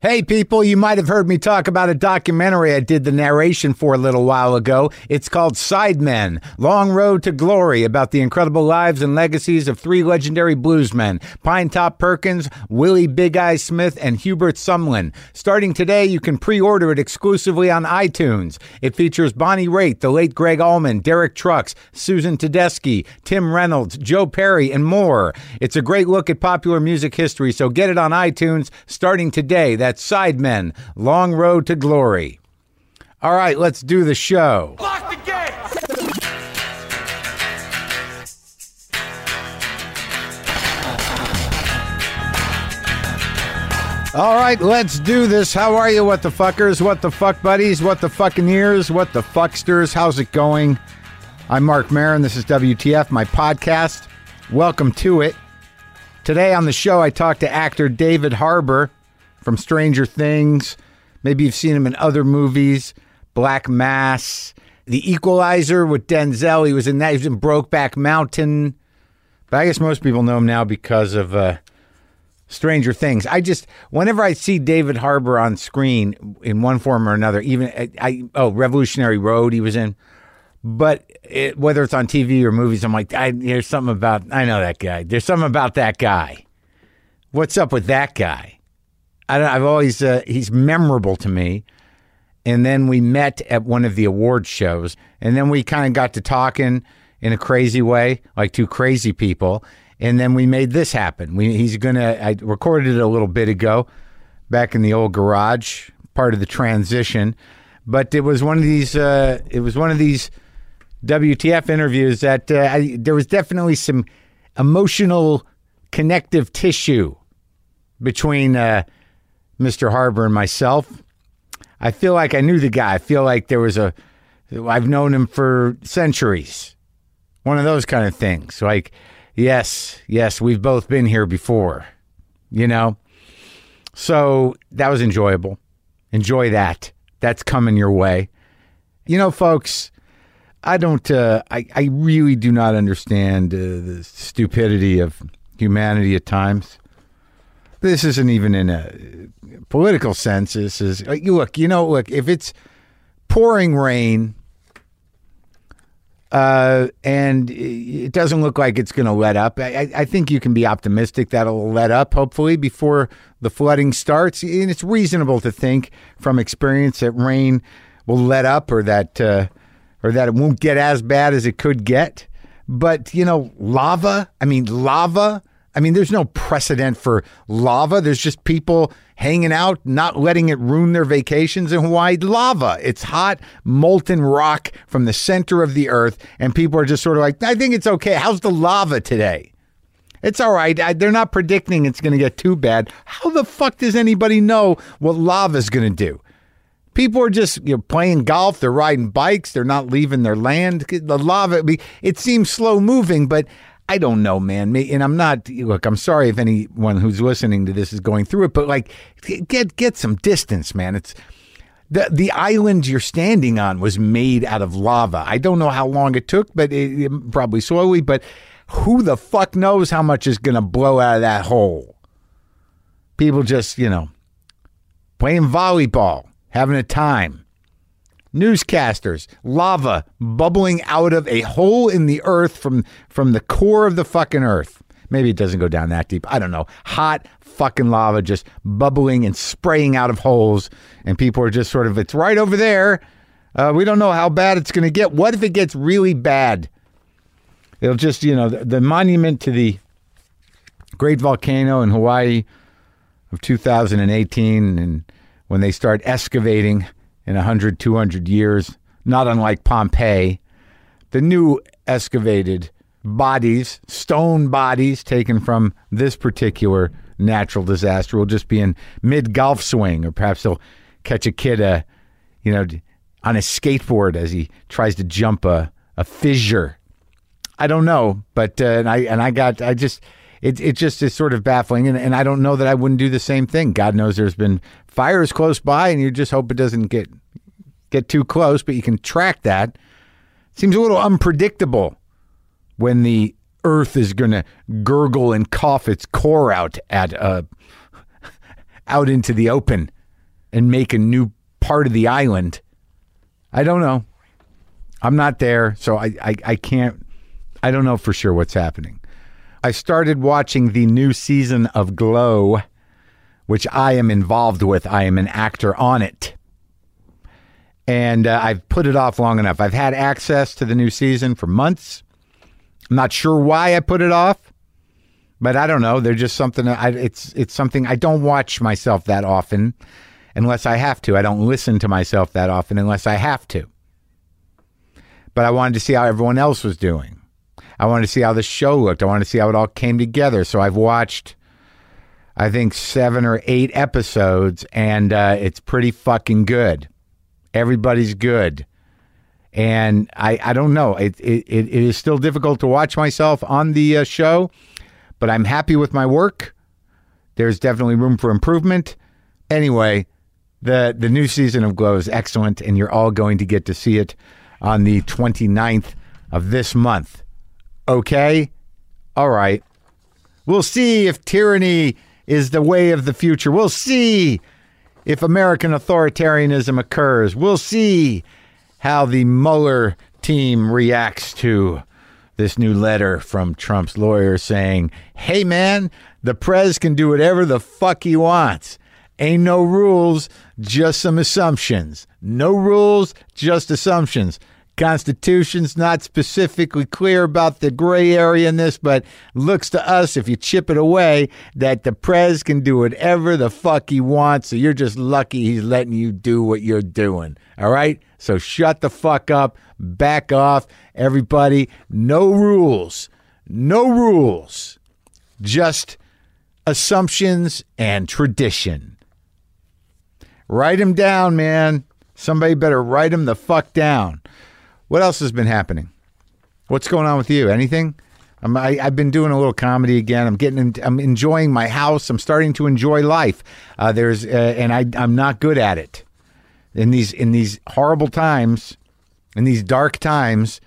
Hey, people, you might have heard me talk about a documentary I did the narration for a little while ago. It's called Sidemen Long Road to Glory about the incredible lives and legacies of three legendary bluesmen Pine Top Perkins, Willie Big Eye Smith, and Hubert Sumlin. Starting today, you can pre order it exclusively on iTunes. It features Bonnie Raitt, the late Greg Allman, Derek Trucks, Susan Tedeschi, Tim Reynolds, Joe Perry, and more. It's a great look at popular music history, so get it on iTunes starting today. That's Sidemen, Long Road to Glory. All right, let's do the show. Lock the gate! All right, let's do this. How are you, what the fuckers? What the fuck buddies? What the fucking ears? What the fucksters? How's it going? I'm Mark Marin. This is WTF, my podcast. Welcome to it. Today on the show, I talked to actor David Harbour from Stranger Things. Maybe you've seen him in other movies, Black Mass, The Equalizer with Denzel. He was in that. He was in Brokeback Mountain. But I guess most people know him now because of. Uh, Stranger Things. I just whenever I see David Harbour on screen in one form or another, even I, I oh Revolutionary Road he was in, but it, whether it's on TV or movies, I'm like I, there's something about I know that guy. There's something about that guy. What's up with that guy? I don't, I've always uh, he's memorable to me. And then we met at one of the award shows, and then we kind of got to talking in a crazy way, like two crazy people. And then we made this happen. We, he's gonna. I recorded it a little bit ago, back in the old garage, part of the transition. But it was one of these. Uh, it was one of these WTF interviews that uh, I, there was definitely some emotional connective tissue between uh, Mr. Harbor and myself. I feel like I knew the guy. I feel like there was a, I've known him for centuries. One of those kind of things. Like, yes, yes, we've both been here before, you know? So that was enjoyable. Enjoy that. That's coming your way. You know, folks, I don't, uh, I, I really do not understand uh, the stupidity of humanity at times. This isn't even in a uh, political sense. This is, uh, you look, you know, look, if it's pouring rain uh, and it doesn't look like it's going to let up, I, I- I think you can be optimistic that'll let up, hopefully, before the flooding starts. And it's reasonable to think from experience that rain will let up or that, uh, or that it won't get as bad as it could get. But you know, lava. I mean, lava. I mean, there's no precedent for lava. There's just people hanging out, not letting it ruin their vacations in Hawaii. Lava. It's hot, molten rock from the center of the earth, and people are just sort of like, I think it's okay. How's the lava today? It's all right. I, they're not predicting it's going to get too bad. How the fuck does anybody know what lava's going to do? People are just you know, playing golf. They're riding bikes. They're not leaving their land. The lava, it seems slow moving, but I don't know, man. Me and I'm not. Look, I'm sorry if anyone who's listening to this is going through it, but like, get get some distance, man. It's the the island you're standing on was made out of lava. I don't know how long it took, but it, it- probably slowly. But who the fuck knows how much is going to blow out of that hole? People just, you know, playing volleyball, having a time. Newscasters, lava bubbling out of a hole in the earth from from the core of the fucking earth. Maybe it doesn't go down that deep. I don't know. Hot fucking lava just bubbling and spraying out of holes, and people are just sort of, it's right over there. Uh, we don't know how bad it's going to get. What if it gets really bad? It'll just, you know, the, the monument to the great volcano in Hawaii of 2018 and when they start excavating in 100 200 years not unlike pompeii the new excavated bodies stone bodies taken from this particular natural disaster will just be in mid golf swing or perhaps they'll catch a kid uh, you know d- on a skateboard as he tries to jump a, a fissure I don't know, but uh, and I and I got I just it it just is sort of baffling, and, and I don't know that I wouldn't do the same thing. God knows there's been fires close by, and you just hope it doesn't get get too close, but you can track that. Seems a little unpredictable when the Earth is going to gurgle and cough its core out at a uh, out into the open and make a new part of the island. I don't know. I'm not there, so I, I, I can't. I don't know for sure what's happening. I started watching the new season of Glow, which I am involved with. I am an actor on it. And uh, I've put it off long enough. I've had access to the new season for months. I'm not sure why I put it off, but I don't know. They're just something. I, it's it's something I don't watch myself that often, unless I have to. I don't listen to myself that often unless I have to. But I wanted to see how everyone else was doing. I wanted to see how the show looked. I wanted to see how it all came together. So I've watched, I think seven or eight episodes, and uh, it's pretty fucking good. Everybody's good and I, I don't know. It, it, it is still difficult to watch myself on the uh, show, but I'm happy with my work. There's definitely room for improvement. Anyway, the, the new season of Glow is excellent, and you're all going to get to see it on the 29th of this month. Okay? All right. We'll see if tyranny is the way of the future. We'll see if American authoritarianism occurs. We'll see how the Mueller team reacts to this new letter from Trump's lawyer saying, hey, man, the prez can do whatever the fuck he wants. Ain't no rules, just some assumptions. No rules, just assumptions. Constitution's not specifically clear about the gray area in this, but looks to us, if you chip it away, that the prez can do whatever the fuck he wants. So you're just lucky he's letting you do what you're doing. All right? So shut the fuck up, back off, everybody. No rules. No rules. Just assumptions and tradition. Write him down, man. Somebody better write him the fuck down. What else has been happening? What's going on with you? Anything? I'm, I, I've been doing a little comedy again. I'm getting. I'm enjoying my house. I'm starting to enjoy life. Uh, there's, uh, and I, I'm not good at it. In these, in these horrible times, in these dark times,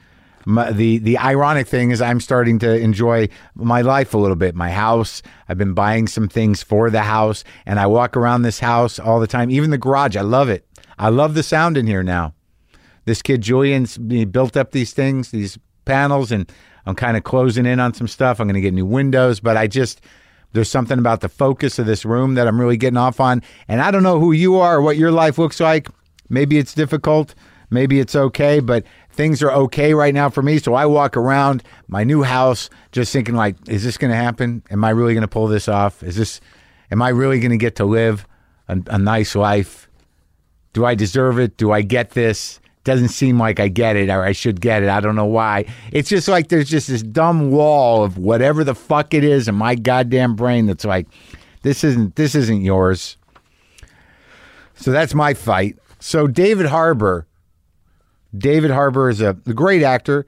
my, the the ironic thing is I'm starting to enjoy my life a little bit. My house, I've been buying some things for the house, and I walk around this house all the time. Even the garage, I love it. I love the sound in here now. This kid Julian's he built up these things, these panels, and I'm kind of closing in on some stuff. I'm going to get new windows, but I just there's something about the focus of this room that I'm really getting off on. And I don't know who you are or what your life looks like. Maybe it's difficult. Maybe it's okay, but things are okay right now for me. So I walk around my new house just thinking like, is this going to happen? Am I really going to pull this off? Is this, am I really going to get to live a, a nice life? Do I deserve it? Do I get this? Doesn't seem like I get it or I should get it. I don't know why. It's just like there's just this dumb wall of whatever the fuck it is in my goddamn brain that's like, this isn't this isn't yours. So that's my fight. So David Harbour, David Harbour is a great actor,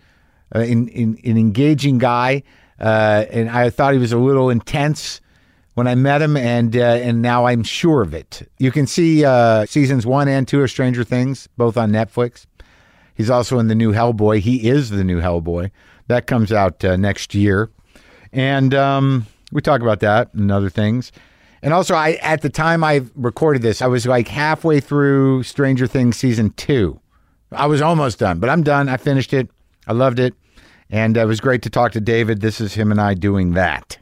uh, in, in, an engaging guy, uh, and I thought he was a little intense when I met him, and uh, and now I'm sure of it. You can see uh, seasons one and two of Stranger Things, both on Netflix. He's also in the new Hellboy. He is the new Hellboy. That comes out uh, next year. And um, we talk about that and other things. And also, I at the time I recorded this, I was like halfway through Stranger Things season two. I was almost done, but I'm done. I finished it. I loved it. And uh, it was great to talk to David. This is him and I doing that.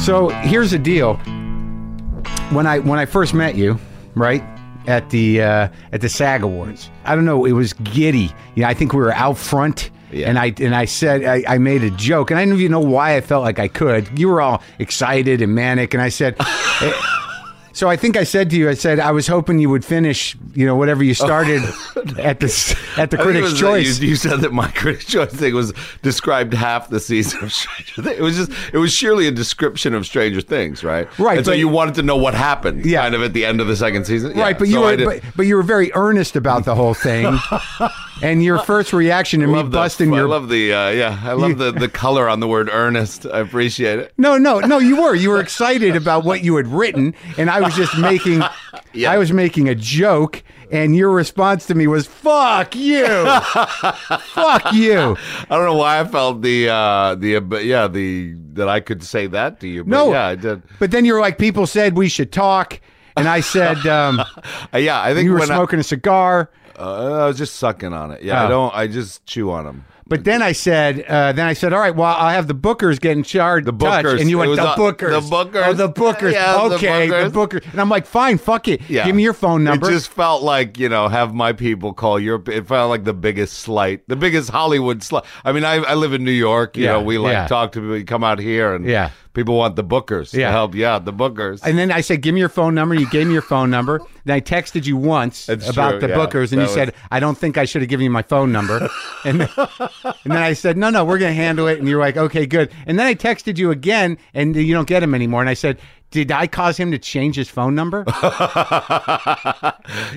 So here's the deal. When I when I first met you, right at the uh, at the SAG Awards, I don't know, it was giddy. You know, I think we were out front, Yeah. and I and I said I, I made a joke, and I didn't even know why I felt like I could. You were all excited and manic, and I said. eh, So I think I said to you, I said I was hoping you would finish, you know, whatever you started at the s- at the I think it Critics' was that Choice. You, you said that my Critics' Choice thing was described half the season of Stranger Things. It was just, it was surely a description of Stranger Things, right? Right, And so but- you wanted to know what happened, Yeah. kind of at the end of the second season, Yeah, right, but you so I were did- but, but you were very earnest about the whole thing, and your first reaction to me love the- busting I your love the uh, yeah. I love the the color on the word earnest. I appreciate it. No, no, no. You were you were excited about what you had written, and I was just making, Yeah. I was making a joke, and your response to me was "fuck you, fuck you." I don't know why I felt the uh the but yeah the that I could say that to you. But No, yeah, I did. But then you're like, people said we should talk, and I said, um, Uh, yeah, I think you were when smoking a cigar. I, uh, I was just sucking on it. Yeah, Oh. I don't. I just chew on them. But then I said, uh, then I said, all right, well, I'll have the bookers get in charge. The Bookers. and you It went was the on- bookers, the Bookers. oh, the bookers. Yeah, the okay, the bookers. Bookers. And I'm like, fine, fuck it. Yeah, Give me your phone number. It just felt like you know, have my people call your. It felt like the biggest slight, the biggest Hollywood slight. I mean, I, I live in New York. You Yeah, know, we like yeah. talk to people. You come out here, and Yeah. people want the bookers Yeah. to help. Yeah, the bookers. and then I said, give me your phone number. You gave me your phone number. Then I texted you once That's about true, the yeah. bookers, and you That was- said, I don't think I should have given you my phone number. and, then, and then I said, no, no, we're going to handle it. And you're like, okay, good. And then I texted you again, and you don't get him anymore. And I said, did I cause him to change his phone number?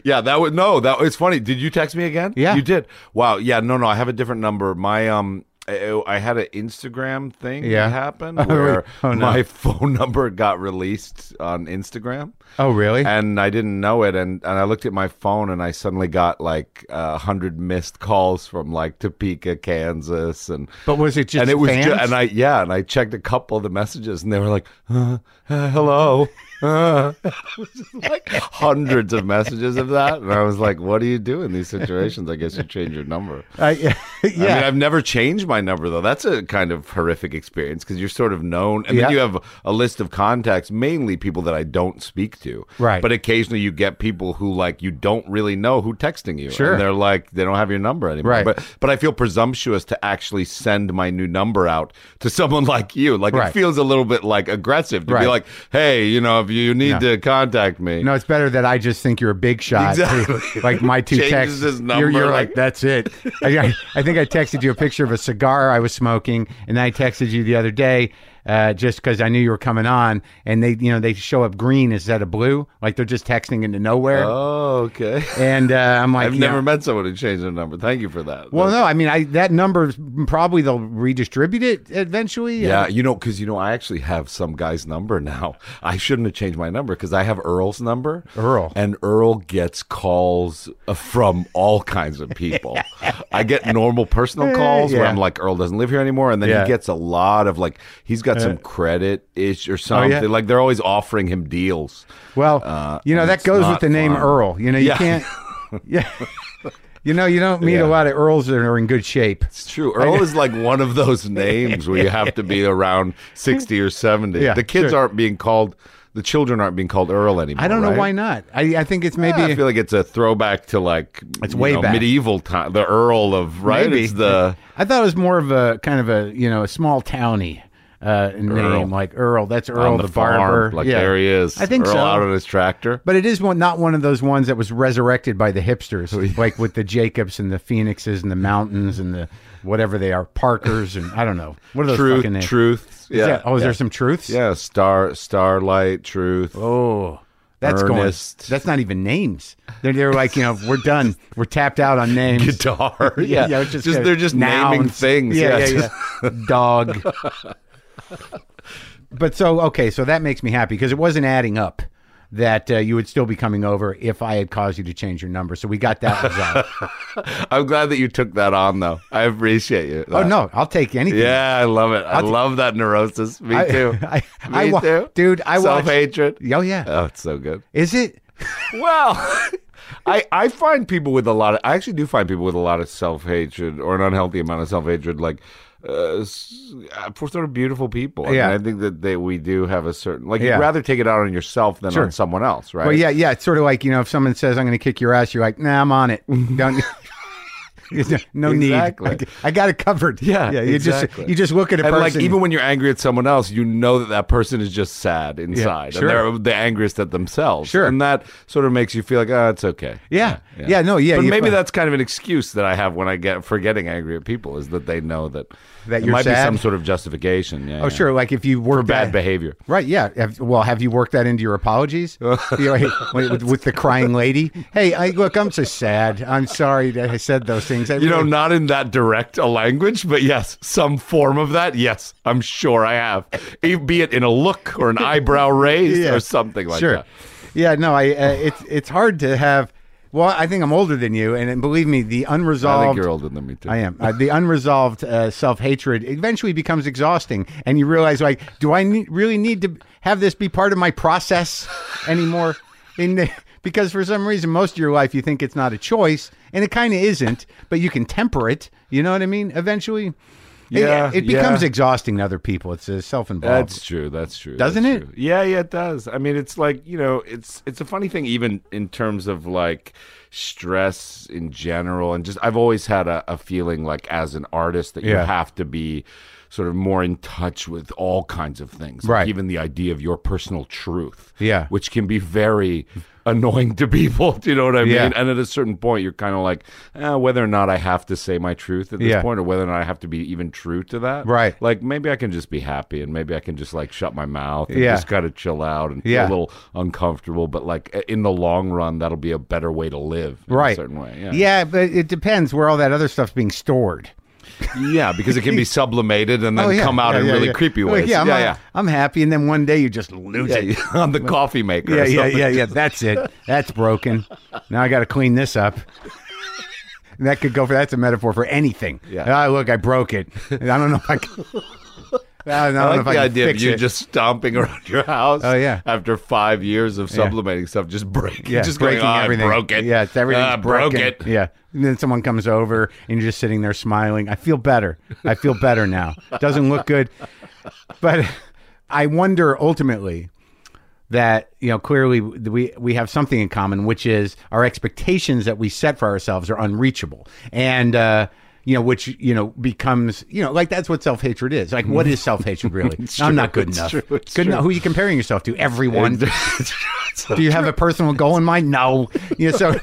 yeah, that would no. That it's funny. Did you text me again? Yeah. you did. Wow. Yeah. No, no. I have a different number. My um. I I had an Instagram thing Yeah. that happened Oh, where no. my phone number got released on Instagram. oh, really? and I didn't know it. And, and I looked at my phone, and I suddenly got like a hundred missed calls from like Topeka, Kansas, and But was it just and it was ju- fans? and I yeah, and I checked a couple of the messages, and they were like, uh, uh, "Hello." Uh. It was just, like hundreds of messages of that, and I was like, "What do you do in these situations? I guess you change your number." I- yeah, I mean, I've never changed my number though. That's a kind of horrific experience because you're sort of known, and Yeah. then you have a list of contacts, mainly people that I don't speak to. Right. But occasionally you get people who like you don't really know who texting you. Sure. And they're like they don't have your number anymore. Right. But but I feel presumptuous to actually send my new number out to someone like you. Like Right. it feels a little bit like aggressive to Right. be like, hey, you know, if you need No. to contact me. no, it's better that I just think you're a big shot. Exactly. Like my two Changes texts, his you're, number, you're like, like- that's it. I, I- I think I texted you a picture of a cigar I was smoking, and I texted you the other day uh, just because I knew you were coming on, and they, you know, they show up green instead of blue, like they're just texting into nowhere. Oh, okay. and uh, I'm like, I've you never know- met someone who changed their number. Thank you for that. well, no, I mean, I that number probably they'll redistribute it eventually. Yeah, you know, because you know, I actually have some guy's number now. I shouldn't have changed my number because I have Earl's number. Earl. and Earl gets calls uh, from all kinds of people. I get normal personal calls where Eh, Yeah. I'm like, Earl doesn't live here anymore, and then Yeah. Eh. he gets a lot of like, he's got some credit ish or something. Oh, yeah. Like they're always offering him deals. Well, Uh, you know and that it's goes with not the name fun. Earl. You know you Yeah. can't. Yeah. You know, you don't meet Yeah. a lot of Earls that are in good shape. It's true. Earl is like one of those names where you have to be around sixty or seventy. Yeah, the kids sure. aren't being called. The children aren't being called Earl anymore. I don't know right? why not. I, I think it's maybe I feel like it's a throwback to like It's you way know, back. medieval time. The Earl of right, Maybe. it's the I thought it was more of a kind of a you know a small towny uh, name like Earl. That's Earl on the, farm, barber. Like there he is. I think Earl so. out on his tractor. But it is one, not one of those ones that was resurrected by the Oh, hipsters, like with the Jacobs and the Phoenixes and the Mountains and the whatever they are, Parkers and I don't know. What are those Truth, fucking names? truth. Is Yeah. that- oh, is yeah. there some truths? yeah, star, starlight, truth. Oh, that's Ernest. going. That's not even names. They're, they're like, you know, we're done. We're tapped out on names. Guitar, yeah, it's just, kinda they're just naming nouns. things. Yeah, yeah, yeah, yeah. Dog. but so okay, so that makes me happy because it wasn't adding up that uh, you would still be coming over if I had caused you to change your number. So we got that resolved. I'm glad that you took that on, though. I appreciate you. oh no, I'll take anything. yeah, I love it. I love that neurosis. Me I- too. I- Me I wa- too, dude, I watched- self hatred. Oh yeah. Oh, it's so good. Is it? Well, I I find people with a lot of I actually do find people with a lot of self hatred or an unhealthy amount of self hatred like uh, s- uh, for sort of beautiful people. I mean, Yeah. I think that they we do have a certain like Yeah. you'd rather take it out on yourself than Sure. on someone else, right? Well, yeah, yeah. It's sort of like you know, if someone says I'm going to kick your ass, you're like, nah, I'm on it. Don't. no need. Exactly. I, I got it covered. Yeah, yeah. You just exactly. you just look at a And person. like even when you're angry at someone else, you know that that person is just sad inside, sure. and they're the angriest at themselves. Sure. and that sort of makes you feel like, oh, it's okay. yeah, yeah, no, yeah. but you- maybe that's kind of an excuse that I have when I get for getting angry at people is that they know that That it you're might sad? be some sort of justification. Yeah. Oh, sure. Like if you work For bad behavior. Oh. Right, yeah. Have, well, have you worked that into your apologies? You know, hey, with, with the crying lady? Hey, I, look, I'm so sad. I'm sorry that I said those things. I You know, really- not in that direct a language, but yes, some form of that. Yes, I'm sure I have, E- be it in a look or an eyebrow raise Yeah. or something like sure. that. Yeah, no, I. Uh, it's it's hard to have. Well, I think I'm older than you, and, and believe me, the I think unresolved. you're older than me too. Um, I am. Uh, the unresolved uh, self hatred eventually becomes exhausting, and you realize, like, do I need, really need to have this be part of my process anymore? In the, because for some reason, most of your life you think it's not a choice, and it kind of isn't, but you can temper it. You know what I mean? Eventually, it- Yeah, it, becomes yeah. exhausting to other people. It's uh, self involved. That's true. That's true. Doesn't that's it? true. Yeah, yeah, it does. I mean, it's like you know, it's it's a funny thing, even in terms of like stress in general, and just I've always had a, a feeling like as an artist that you Yeah. have to be sort of more in touch with all kinds of things, like Right. Even the idea of your personal truth, Yeah. which can be very annoying to people. Do you know what I Yeah. mean? And at a certain point, you're kind of like, eh, whether or not I have to say my truth at this Yeah. point, or whether or not I have to be even true to that, Right. like maybe I can just be happy and maybe I can just like shut my mouth and Yeah. just kind of chill out and Yeah. feel a little uncomfortable. But like in the long run, that'll be a better way to live in right. a certain way. Yeah. yeah, but it depends where all that other stuff's being stored. Oh, Yeah, because it can be sublimated and then come out yeah, in yeah, really yeah. creepy Like, ways. yeah, I'm, yeah, uh, yeah. I'm happy, and then one day you just lose Yeah, it. yeah, on the coffee maker. Yeah, or yeah, something. yeah, yeah. That's it. That's broken. Now I got to clean this up. And that could go for that's a metaphor for anything. Yeah. Ah, look, I broke it. I don't know if I can. I don't I know like if the I can idea of fix you it. just stomping around your house. Oh, yeah. After five years of sublimating stuff, just breaking, yeah, just breaking going, "Oh, I everything. broke it. Yeah, it's everything. Ah, I broke it. Yeah, and then someone comes over and you're just sitting there smiling. I feel better. I feel better now. Doesn't look good, but I wonder ultimately that you know clearly we we have something in common, which is our expectations that we set for ourselves are unreachable, and uh, you know which you know becomes you know like that's what self hatred is. Like, what is self hatred really? I'm not good It's enough. true. It's good true. enough. Who are you comparing yourself to? Everyone. It's Do you have a personal goal in mind? No. You know, so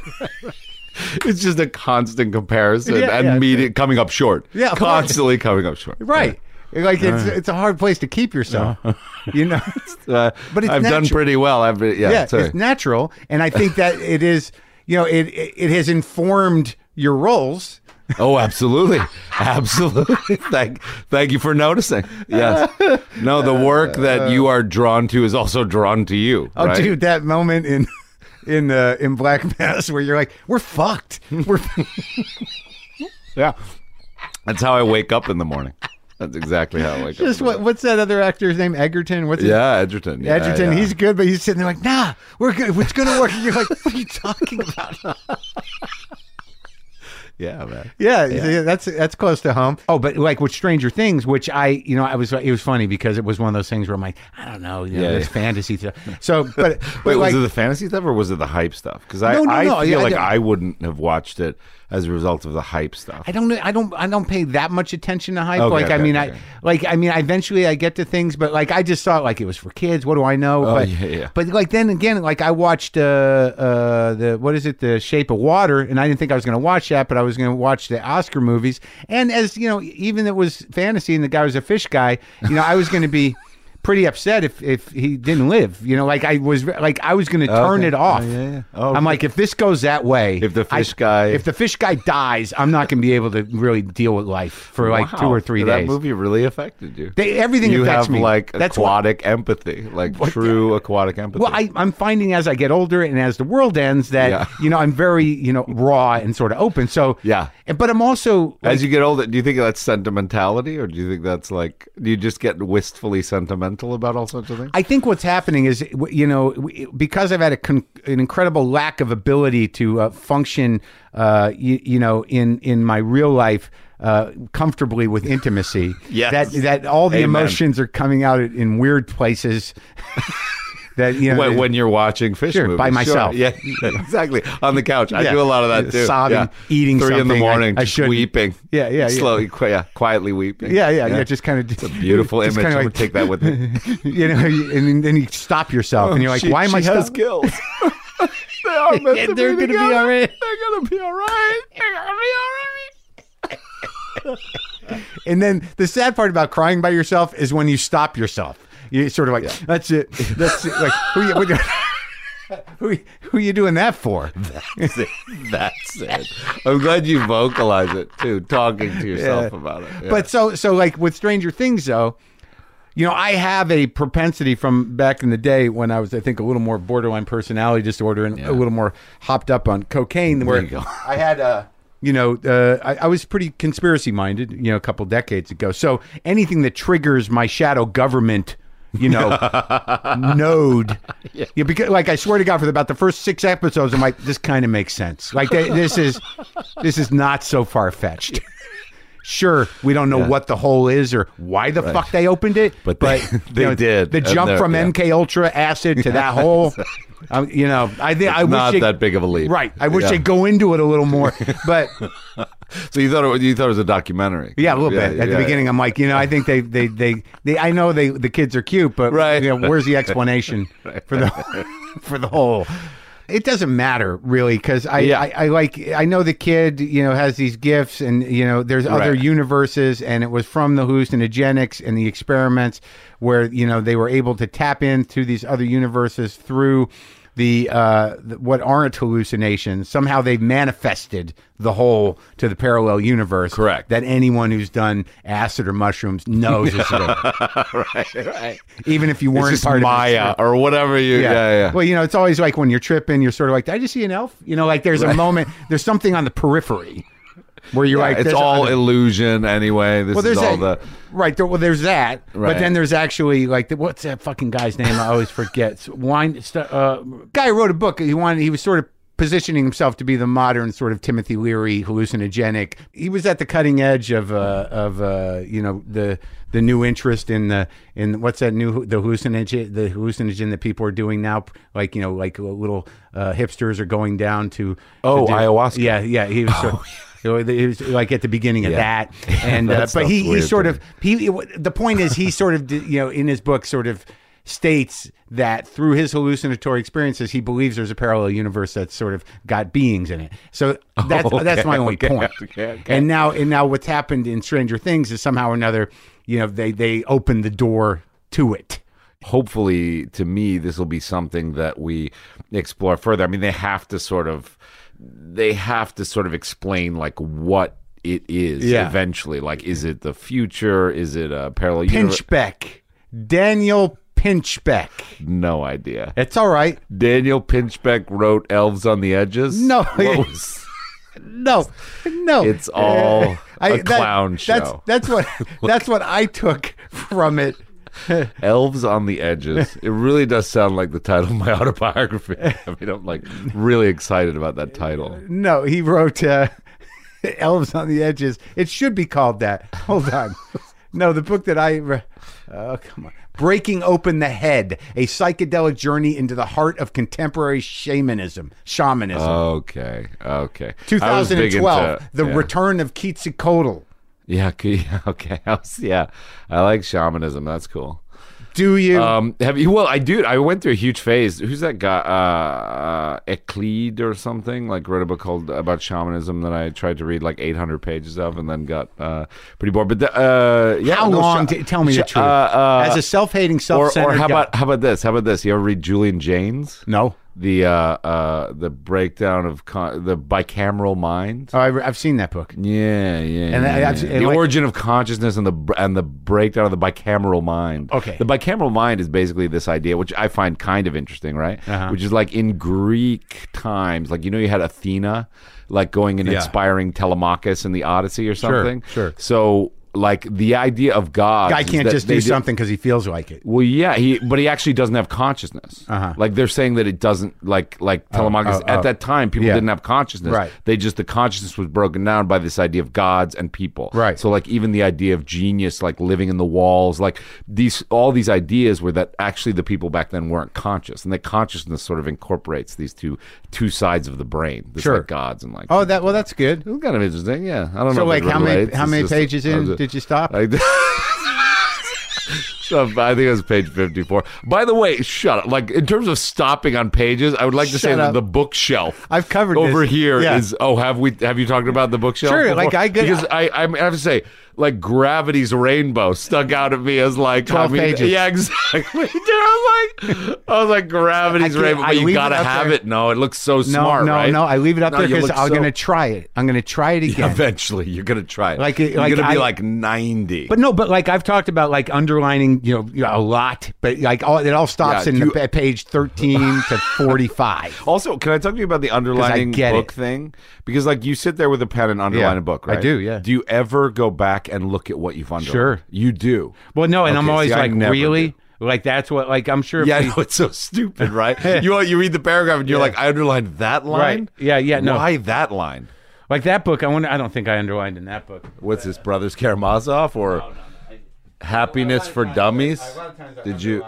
It's just a constant comparison Yeah, and yeah. media coming up short. Yeah, of course. constantly coming up short. right. Like it's it's a hard place to keep yourself. Uh-huh. You know. Uh, But it's I've done natural. pretty well. I've yeah, yeah, sorry. it's natural, and I think that it is. You know, it it, it has informed your roles. oh, absolutely, absolutely. thank, thank you for noticing. Yes, no, the work that you are drawn to is also drawn to you. Oh, right? dude, that moment in in uh, in Black Mass where you're like, we're fucked. We're yeah, that's how I wake up in the morning. That's exactly how I wake up. in just the what, morning. what's that other actor's name? Egerton. What's his Yeah, Edgerton. Yeah, Edgerton, yeah. he's good, but he's sitting there like, nah, we're good. It's gonna work. And you're like, what are you talking about? yeah, man. Yeah, yeah, that's that's close to home. Oh, but like with Stranger Things, which I, you know, I was it was funny because it was one of those things where I'm like, I don't know, you know, Yeah, this yeah. fantasy stuff. So, but but Wait, like, was it the fantasy stuff or was it the hype stuff? Because I, No, no, I no, feel yeah, I like don't- I, wouldn't have watched it as a result of the hype stuff. I don't know. I don't. I don't pay that much attention to hype. Okay, like, I okay, mean, I okay. like. I mean, I eventually I get to things, but like, I just thought like it was for kids. What do I know? Oh, but, yeah, yeah. But like then again, like I watched uh uh the what is it, The Shape of Water, and I didn't think I was going to watch that, but I was going to watch the Oscar movies. And as you know, even it was fantasy, and the guy was a fish guy. You know, I was going to be. Pretty upset if, if he didn't live, you know. Like I was, like I was going to turn Okay. it off. Oh, yeah, yeah. Oh, I'm like, if this goes that way, If the I- fish guy- if the fish guy dies, I'm not going to be able to really deal with life for like Wow. two or three that days. movie really affected you. They, everything you affects have me. like why- aquatic empathy, like true aquatic empathy. well, I, I'm finding as I get older and as the world ends that Yeah. you know I'm very you know raw and sort of open. So Yeah. and- but I'm also like, as you get older, do you think that's sentimentality, or do you think that's like do you just get wistfully sentimental about all sorts of things? I think what's happening is, w- you know, w- because I've had a con- an incredible lack of ability to uh, function, uh, you, you know, in in my real life uh, comfortably with intimacy. Yes. That that all the Amen. emotions are coming out in- in weird places. that you know. when, when you're watching fish Sure, movies by Sure. myself. Yeah, exactly. On the couch, I Yeah. do a lot of that too. Sobbing, Yeah. eating three in the something I- morning, I just shouldn't. weeping. Yeah, yeah, yeah. slowly, qui- yeah, quietly weeping. yeah, yeah, yeah, Just kind of it's a beautiful image. I'm Kind gonna of like, take that with me. Oh, you know, you- and then- then you stop yourself, and you're like, She- "Why am she I stop- has skills? they are meant Yeah, to they're be gonna be together. all right. They're gonna be all right. They're gonna be all right. And then the sad part about crying by yourself is when you stop yourself. You sort of like, that's it. That's it. Like, who you, what you- who, you- who you doing that for? That's it. That's it. I'm glad you vocalize it too, talking to yourself about it. Yeah. But so, so like with Stranger Things, though, You know, I have a propensity from back in the day when I was, I think, a little more borderline personality disorder and a little more hopped up on cocaine. Where you go. I had a, you know, uh, I, I was pretty conspiracy minded, you know, a couple decades ago. So anything that triggers my shadow government, you know, node, yeah. because like I swear to God, for about the first six episodes, I'm like, this kind of makes sense. Like th- this is, this is not so far fetched. Sure, we don't know what the hole is or why the fuck they opened it, But they- they you know, did, the and jump they're- from yeah. MK Ultra acid to that hole. Um, you know, I think I wish Not they- that big of a leap, Right, I wish Yeah. they'd go into it a little more, but So you thought it, was- you thought it was a documentary? yeah, a little bit at yeah. the beginning. I'm like, you know, I think they, they, they, they I know they, the kids are cute, but Right. you know, where's the explanation for the, for the whole? It doesn't matter really because I, Yeah. I, I like I know the kid you know has these gifts and you know there's other Right. universes and it was from the hallucinogenics and the experiments where you know they were able to tap into these other universes through the uh th- what aren't hallucinations somehow they manifested the whole to the parallel universe Correct. that anyone who's done acid or mushrooms knows is real. right, right. even if you It's weren't just part of Maya it. or whatever you. Yeah, yeah. Well, you know, it's always like when you're tripping, you're sort of like, "Did I just see an elf?" You know, like there's a moment, there's something on the periphery where you're like, it's there's all a, illusion anyway. This well, is there's all that, the right. There, well, there's that, Right. but then there's actually like the, what's that fucking guy's name? I always forget. It's Wine st- uh, guy who wrote a book. He wanted. He was sort of positioning himself to be the modern sort of Timothy Leary hallucinogenic. He was at the cutting edge of uh, of uh, you know the the new interest in the in what's that new the hallucinogen the hallucinogen that people are doing now like you know like little uh, hipsters are going down to Oh, to do- ayahuasca. Oh, Yeah, yeah. He was. sort- He was like at the beginning of Yeah. that, and uh, That but he, stuff's he weird sort to of he the point is he sort of did- you know in his book sort of states that through his hallucinatory experiences he believes there's a parallel universe that's sort of got beings in it. So that's that's my only point. okay, okay. And now and now what's happened in Stranger Things is somehow or another you know they they opened the door to it. hopefully to me this will be something that we explore further i mean they have to sort of they have to sort of explain like what it is Yeah. eventually like is it the future is it a parallel universe Pinchbeck, Daniel Pinchbeck. no idea It's all right. daniel pinchbeck wrote elves on the edges No. What was- No, no. It's all a a clown That's show. that's what that's what I took from it. elves on the edges it really does sound like the title of my autobiography i mean i'm like really excited about that title No, he wrote uh, "Elves on the Edges." It should be called that. Hold on. No, the book that I re- oh come on, "Breaking Open the Head: A Psychedelic Journey into the Heart of Contemporary Shamanism." Shamanism, Uh, okay okay I was big into- 2012, "The yeah. Return of Quetzalcoatl." Yeah, okay. okay. I was- yeah, I like shamanism. That's cool. Do you? Um, have you? Well, I do. I went through a huge phase. Who's that guy? Uh, uh, Euclid or something? Like wrote a book called about shamanism that I tried to read like 800 pages of and then got uh, pretty bored. But the, uh, yeah, How no, long? sha- t- tell me the sha- truth. uh, uh, As a self-hating, or, self-centered or how guy- about how about this? How about this? You ever read Julian Jaynes? no? The uh, uh, the breakdown of con- the bicameral mind. Oh, I, have seen that book. Yeah, yeah. And I- yeah, I've- yeah. and the like- origin of consciousness and the br- and the breakdown of the bicameral mind. Okay. the bicameral mind is basically this idea, which I find kind of interesting, right? Uh-huh. Which is like in Greek times, like you know, you had Athena, like going and Yeah. inspiring Telemachus in the Odyssey or something. sure. So, like the idea of God, Guy can't just do something because he feels like it. Well, yeah, he but he actually doesn't have consciousness. Uh-huh. Like they're saying that it doesn't like like Telemachus oh, at oh. that time people Yeah. didn't have consciousness. Right. They just the consciousness was broken down by this idea of gods and people. Right. So like even the idea of genius, like living in the walls, like these all these ideas were that actually the people back then weren't conscious, and that consciousness sort of incorporates these two two sides of the brain. This Sure. like gods and like Oh, that well, that's good. it's kind of interesting. Yeah, I don't know. So, if like, it how many- relates. how It's many just- pages I in was just- did you stop? I, So, I think it was page fifty-four. By the way, shut up. Like in terms of stopping on pages, I would like to say Shut that up. the bookshelf I've covered over this. here is. Yeah. Oh, have we? Have you talked about the bookshelf? Sure, before? like, I get- because I, I, I have to say like gravity's rainbow stuck out at me as like 12 I mean, pages. Yeah, exactly. Dude, I was like, I was like, gravity's I can't- rainbow. I But you leave it gotta up have there. it. No, it looks so No, smart, no, right? no. I leave it up No, there you because look I'm so- going to try it. I'm going to try it again. Eventually, you're gonna try it. Like- you're like gonna be I- like ninety. But no, but like I've talked about, like underlining, you know, you know, a lot, but like all it all stops Yeah, in you- the, pa- page thirteen to forty-five. Also, can I talk to you about the underlining get book it. thing? Because like you sit there with a pen and underline Yeah, a book, I right? do, yeah. Do you ever go back and look at what you've underlined? Sure. you do. Well, no, and I'm Okay, always see, I like, never really, like that's what, like I'm sure. if Yeah, I we- know it's so stupid, right? you you read the paragraph and you're like, I underlined that line. Right. Yeah, yeah, no. Why that line? like that book. I wonder. I don't think I underlined in that book. What's this, Brothers Karamazov or Happiness for Dummies? Did you?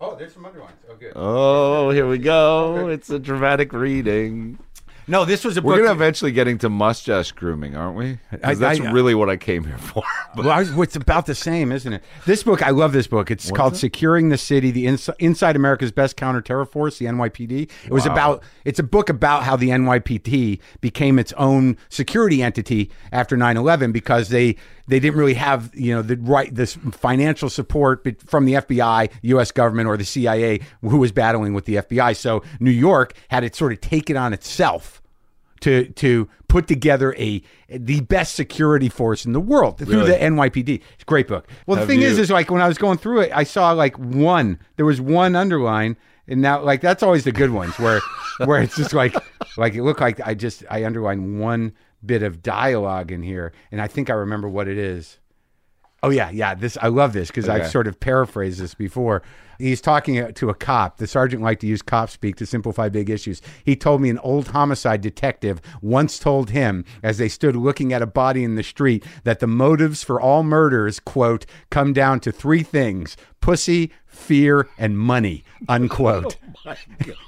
Oh, there's some underlines. Oh, good. Oh, here we go. It's a dramatic reading. No, this was a We're book. gonna eventually get into mustache grooming, aren't we? 'Cause I- that's I- really what I came here for. Well, I, it's about the same, isn't it? This book, I love this book. It's called "Securing the City: The Ins- Inside America's Best Counterterror Force," the NYPD. It was about. It's a book about how the NYPD became its own security entity after 9/11 because they they didn't really have you know the right this financial support be- from the FBI, U.S. government, or the CIA who was battling with the FBI. So New York had it sort of taken on itself to to put together a the best security force in the world through the NYPD. It's a great book. Well, the thing is, you- is like when I was going through it, I saw like one. There was one underline, and now like that's always the good ones where where it's just like like it looked like I just I underlined one bit of dialogue in here, and I think I remember what it is. Oh yeah, yeah. This I love this because I've sort of paraphrased this before. He's talking uh, to a cop. The sergeant liked to use cop speak to simplify big issues. He told me an old homicide detective once told him, as they stood looking at a body in the street, that the motives for all murders quote come down to three things: pussy, fear, and money. Unquote.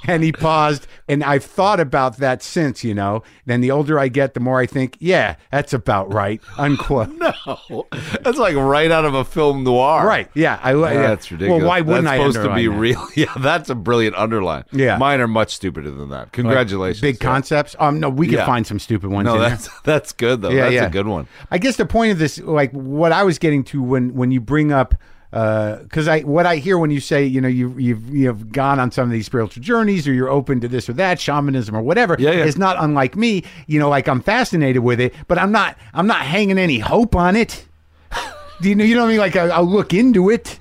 and he paused, and I've thought about that since. You know, then the older I get, the more I think, yeah, that's about right. Unquote. No, that's like right out of a film noir. Right. Yeah. I, yeah. That's ridiculous. Well, why wouldn't that's I? supposed to underline be that? real. Yeah, that's a brilliant underline. Yeah. mine are much stupider than that. Congratulations. Big Yeah. concepts. Um, no, we can Yeah. find some stupid ones. No, in there. that's that's good though. Yeah, Oh, that's yeah. a good one. I guess the point of this, like what I was getting to when when you bring up, because I what I hear when you say, you know, you you've you've gone on some of these spiritual journeys, or you're open to this or that, shamanism or whatever, Yeah, yeah. is not unlike me. You know, like I'm fascinated with it, but I'm not I'm not hanging any hope on it. Do you know? You know what I mean? Like I, I'll look into it.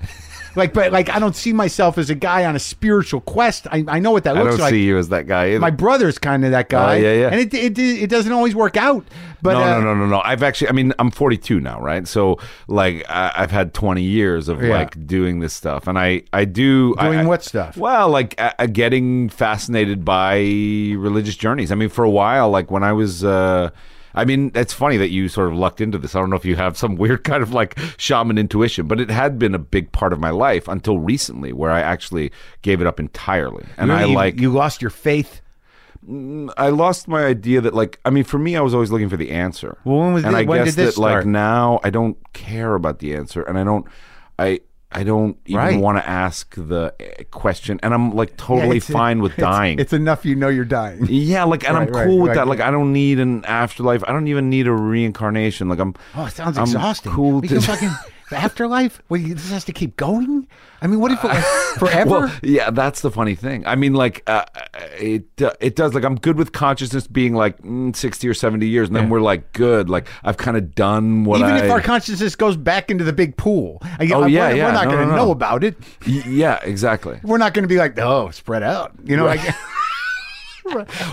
Like, but like, I don't see myself as a guy on a spiritual quest. I, I know what that I looks don't like. see you as that guy either. my brother's kind of that guy. Oh, yeah, yeah. And it, it it doesn't always work out. But no, uh, no, no, no, no. I've actually, I mean, I'm 42 now, right? So, like, I, I've had 20 years of Yeah. like doing this stuff, and I, I do Doing I- what stuff? Well, like uh, uh, getting fascinated by religious journeys. I mean, for a while, like when I was. Uh, I mean, it's funny that you sort of lucked into this. I don't know if you have some weird kind of like shaman intuition, but it had been a big part of my life until recently, where I actually gave it up entirely. And I Really, you- like you lost your faith. I lost my idea that like I mean for me I was always looking for the answer. Well, when was and thi- I when guess did this that like start? now I don't care about the answer and I don't I I don't even Right. want to ask the eh, question and I'm like totally it's- fine with dying. It's enough you know you're dying. yeah, like and I'm Right, right, cool with right, that. right. Like I don't need an afterlife. I don't even need a reincarnation. Like I'm Oh, it sounds I'm exhausting. Cool we to can fucking the afterlife. Well, you, this has to keep going. I mean, what if it, like, forever? Well, yeah, that's the funny thing. I mean, like uh, it uh, it does. Like I'm good with consciousness being like mm, 60 or 70 years, and then we're like good. Like I've kind of done what Even I. if our consciousness goes back into the big pool, I, Oh, I- yeah, we're, yeah. we're not No, going to no, no. know about it. Y- yeah, exactly. We're not going to be like, oh, spread out. You know, like,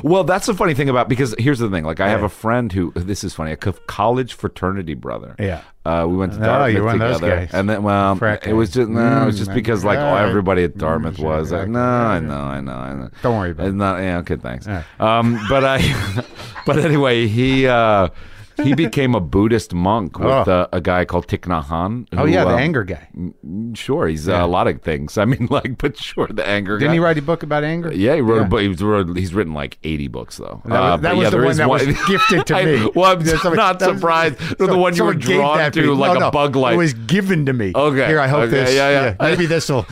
Well, that's the funny thing about because here's the thing. Like I have a friend who this is funny. A co- college fraternity brother. Yeah. Uh, we went to Oh, Dartmouth you're one of those together, guys. and then well, Frat it was just no, it was just Mm, because like oh, alright. everybody at Dartmouth sure, was like okay, no, I know, I know, I know. Don't worry about It's Not yeah, okay, thanks. Um, but I, but anyway, he. Uh, he became a Buddhist monk with Oh. uh, a guy called Thich Nhat Hanh. oh who, yeah, the um, anger guy. Sure, he's uh, a lot of things. I mean, like, but sure, the anger. Didn't guy. he write a book about anger? Yeah, he wrote Yeah. a book. He's, wrote, he's written like 80 books, though. That was, Uh, that but was yeah, the there one is that was gifted to I- me. well, I'm Yeah, somebody- not that was- surprised. No, the some- one you were someone gave drawn that to, me. like a bug light. It was given to me. Okay, Here, I hope okay, this. yeah, yeah. maybe this will.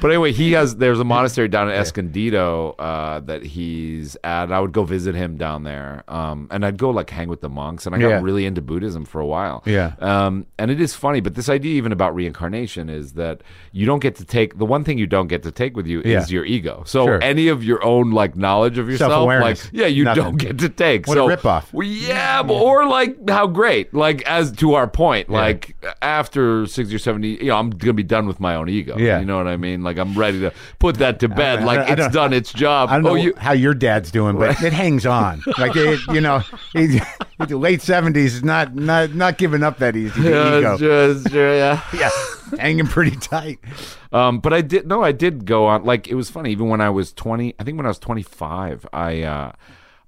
But anyway, he has. There's a monastery down in Escondido uh, that he's at. and I would go visit him down there, um, and I'd go like hang with the monks, and I got Yeah. really into Buddhism for a while. Yeah. Um, and it is funny, but this idea even about reincarnation is that you don't get to take the one thing you don't get to take with you Yeah. is your ego. So Sure. any of your own like knowledge of yourself, like Self-awareness. yeah, you Nothing. don't get to take. What a so ripoff. well, yeah, but, or like how great. Like as to our point, like after sixty or seventy, you know, I'm gonna be done with my own ego. Yeah. you know what I mean. Like I'm ready to put that to bed. I- like I it's don't- done its job. I don't oh, know you. how your dad's doing, but it hangs on. Like it, you know, it, the late seventies is not not not giving up that easy. The Yeah, ego, sure, sure, yeah. yeah, hanging pretty tight. Um, but I did no, I did go on. Like it was funny. Even when I was twenty, I think when I was twenty five, I uh,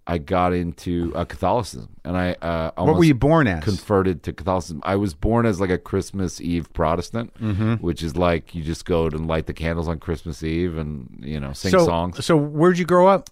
I got into uh, Catholicism, and I uh, What almost were you born as? converted to Catholicism. I was born as like a Christmas Eve Protestant, Mm-hmm. which is like you just go and light the candles on Christmas Eve and you know sing so, songs. so where'd you grow up?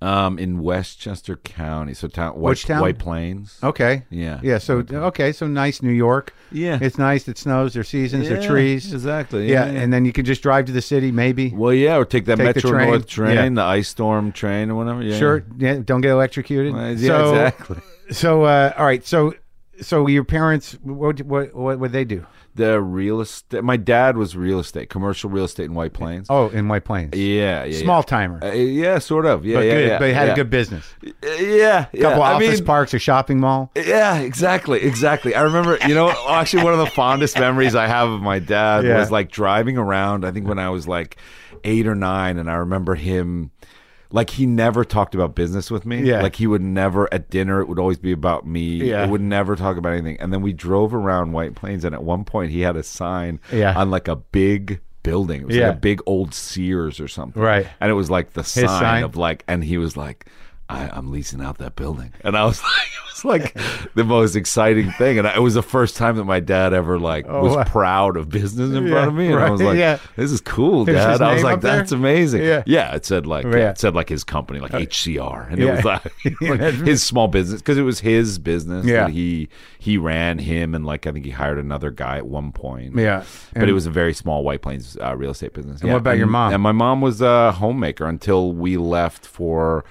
Um, in Westchester County, so town White, Which town? White Plains. Okay. Yeah. Yeah. So okay. So nice New York. Yeah. It's nice. It snows. There are seasons. there are trees. exactly. Yeah, and then you can just drive to the city, maybe. well, yeah, or take that Take the Metro train. North train, Yeah. the ice storm train, or whatever. Yeah. Sure. Yeah. Don't get electrocuted. Uh, yeah, so, exactly. So, uh, all right. So, so your parents, what, what, what would they do? The real estate. My dad was real estate, commercial real estate in White Plains. Oh, in White Plains. Yeah, yeah, yeah. Small timer, Uh, yeah, sort of. Yeah, but yeah, good. yeah, but had yeah. Uh, a good business. Yeah, yeah. couple I office mean, parks, a shopping mall. Yeah, exactly, exactly. I remember, you know, actually one of the fondest memories I have of my dad Yeah. was like driving around. I think when I was like eight or nine, and I remember him. Like he never talked about business with me. Yeah. Like he would never at dinner. It would always be about me. Yeah. It would never talk about anything. And then we drove around White Plains, and at one point he had a sign Yeah. on like a big building. It was Yeah. like a big old Sears or something. Right. And it was like the sign, sign? of like, and he was like, I, "I'm leasing out that building," and I was like, it was like the most exciting thing, and I, it was the first time that my dad ever like was Oh, wow. proud of business in Yeah, front of me, and I was right, like, yeah. "This is cool, Is his Dad." I was name like, up there? "That's amazing." Yeah. it said like Yeah. Uh, it said like his company, like HCR, and Yeah. it was like, like, his small business because it was his business. Yeah. that he he ran him, and like I think he hired another guy at one point. Yeah. But it was a very small White Plains uh, real estate business. what about your mom? And my mom was a homemaker until we left for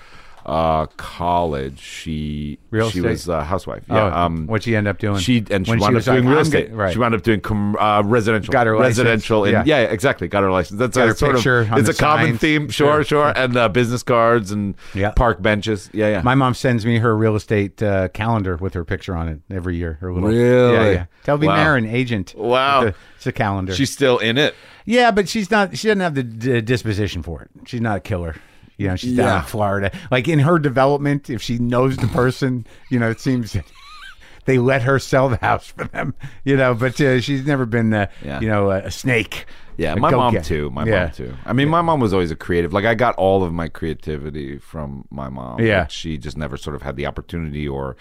uh, college. She Real she estate? was a housewife. Oh, Yeah. um, what'd she end up doing? she and she When wound up was doing like, real "I'm estate. good," right. She wound up doing com- uh, residential. Got her license. residential. in- Yeah. yeah. exactly. Got her license. That's Got a her sort picture of on it's the a common signs. theme. Sure, sure. And uh, business cards and Yeah. park benches. Yeah, yeah. My mom sends me her real estate uh, calendar with her picture on it every year. Her little, Really? Yeah, yeah. Tell me, Wow. Marin, agent. Wow. It's a, it's a calendar. She's still in it. yeah, but she's not. She doesn't have the d- disposition for it. She's not a killer. You know, she's down Yeah. in Florida. Like in her development, if she knows the person, you know, it seems that they let her sell the house for them. You know, but uh, she's never been, uh, Yeah. you know, a a snake. Yeah, A my mom go-getter. too. My Yeah. mom too. I mean, my mom was always a creative. Like I got all of my creativity from my mom. Yeah. but she just never sort of had the opportunity or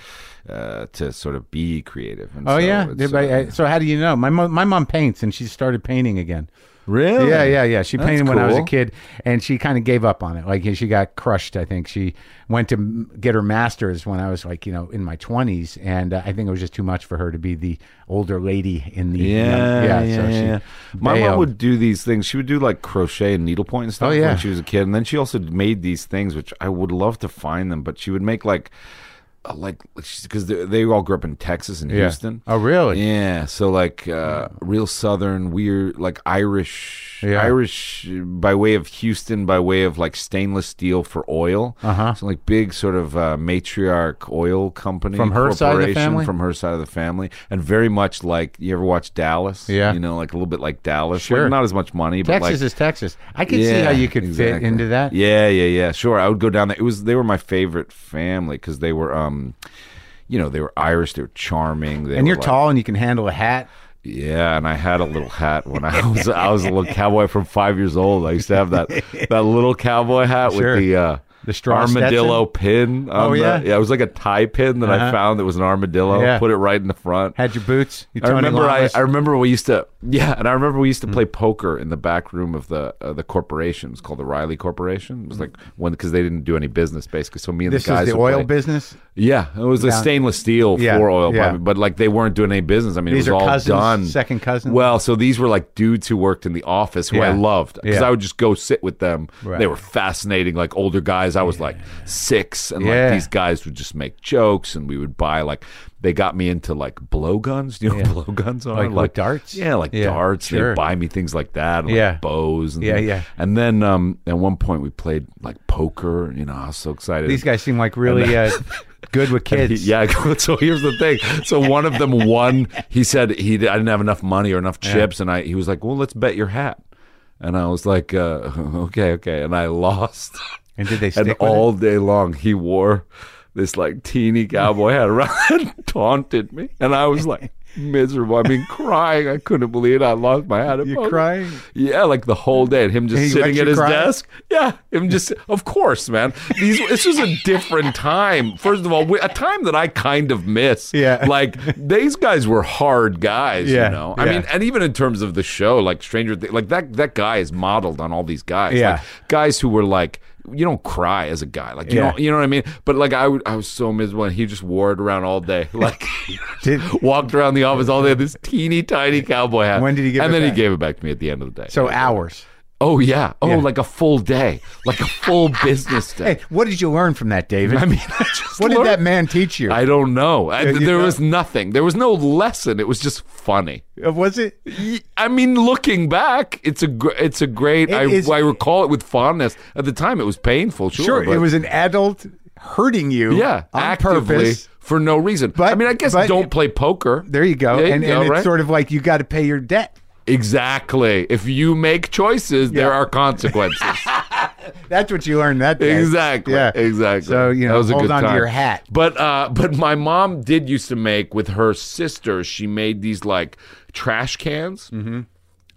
uh, to sort of be creative. And Oh so yeah. it's, Yeah, but, uh, uh, so how do you know? My mom, my mom paints, and she started painting again. really? Yeah, yeah, yeah. She That's painted when I was a cool. kid, and she kind of gave up on it. Like she got crushed. I think she went to m- get her master's when I was like, you know, in my twenties, and uh, I think it was just too much for her to be the older lady in the Yeah, yeah, yeah, yeah. My mom bailed. would do these things. She would do like crochet and needlepoint and stuff Oh, yeah. when she was a kid, and then she also made these things, which I would love to find them. But she would make like, uh, like because they, they all grew up in Texas and Yeah. Houston. Oh, really? Yeah, so like uh, real southern, weird, like Irish, Yeah. Irish by way of Houston, by way of like stainless steel for oil. Uh-huh. So like big sort of uh, matriarch oil company From her side of the corporation, family? from her side of the family, and very much like you ever watch Dallas? Yeah. you know, like a little bit like Dallas. Sure. Like, not as much money, but Texas like is Texas. I could see how you could fit exactly. into that. Yeah, yeah, yeah. Sure, I would go down there. It was they were my favorite family because they were, um, you know, they were Irish. They were charming. They And were you're like- tall, and you can handle a hat. yeah, and I had a little hat when I was I was a little cowboy from five years old. I used to have that that little cowboy hat Sure. with the uh, The straw armadillo Stetson? pin. on Oh, the- yeah? it was like a tie pin that I Uh-huh. found that was an armadillo. Yeah. Put it right in the front. Had your boots. You I Tony remember I, Lamas? I remember we used to yeah, and I remember we used Hmm. to play poker in the back room of the uh, the corporation. It's called the Riley Corporation. It was like one because they didn't do any business basically. So me and Hmm. this the guys is the would oil play- business. Yeah, it was a Down- stainless steel Yeah, for oil, yeah. probably, but like they weren't doing any business. I mean, These it are was all cousins, done. second cousins? Well, so these were like dudes who worked in the office who I Yeah. loved because Yeah. I would just go sit with them. Right. They were fascinating, like older guys. I was like six, and Yeah. like these guys would just make jokes, and we would buy like they got me into like blowguns. Do you know what blowguns are? Like with darts? Yeah, like Yeah, darts. sure. They buy me things like that. And, like, Yeah. bows. And Yeah, yeah. And then um, at one point we played like poker. You know, I was so excited. These guys seem like really uh, good with And kids. he- yeah. So here's the thing. So one of them won. He said he I didn't have enough money or enough chips, and I he was like, well, let's bet your hat. And I was like, uh, okay, okay. And I lost. And did they stick And with all day long, he wore this like teeny cowboy hat around and taunted me. And I was like miserable. I mean, crying. I couldn't believe it. I lost my hat. at You poker. crying? Yeah, like the whole day. And him just He let sitting you at his cry? desk. Yeah, him just, of course, man. These, this was a different time. First of all, we- a time that I kind of miss. Yeah. Like, these guys were hard guys, Yeah, you know? I yeah. mean, and even in terms of the show, like Stranger Things, like that, that guy is modeled on all these guys. Yeah. Like, guys who were like you don't cry as a guy like you Yeah. don't you know what i mean but like i would i was so miserable and he just wore it around all day like Did- walked around the office all day with this teeny tiny cowboy hat When did he give and it then back? he gave it back to me at the end of the day So hours. oh yeah oh like a full day like a full business day Hey, what did you learn from that, David? i mean i just what did learned- that man teach you? i don't know I, you there know. was nothing there was no lesson it was just funny Uh, was it? Y- I mean, looking back, it's a gr- it's a great. I, is- I recall it with fondness. At the time, it was painful. Sure, Sure, it but- was an adult hurting you. Yeah, on actively purpose. for no reason. But- I mean, I guess but- don't play poker. There you go. Yeah, and yeah, and it's right. sort of like you got to pay your debt. exactly. If you make choices, there Yeah. are consequences. That's what you learned that day. exactly. Yeah. Exactly. So, you know, that was a hold good on to time. your hat. But uh, but my mom did used to make with her sister. She made these like trash cans, Mm-hmm.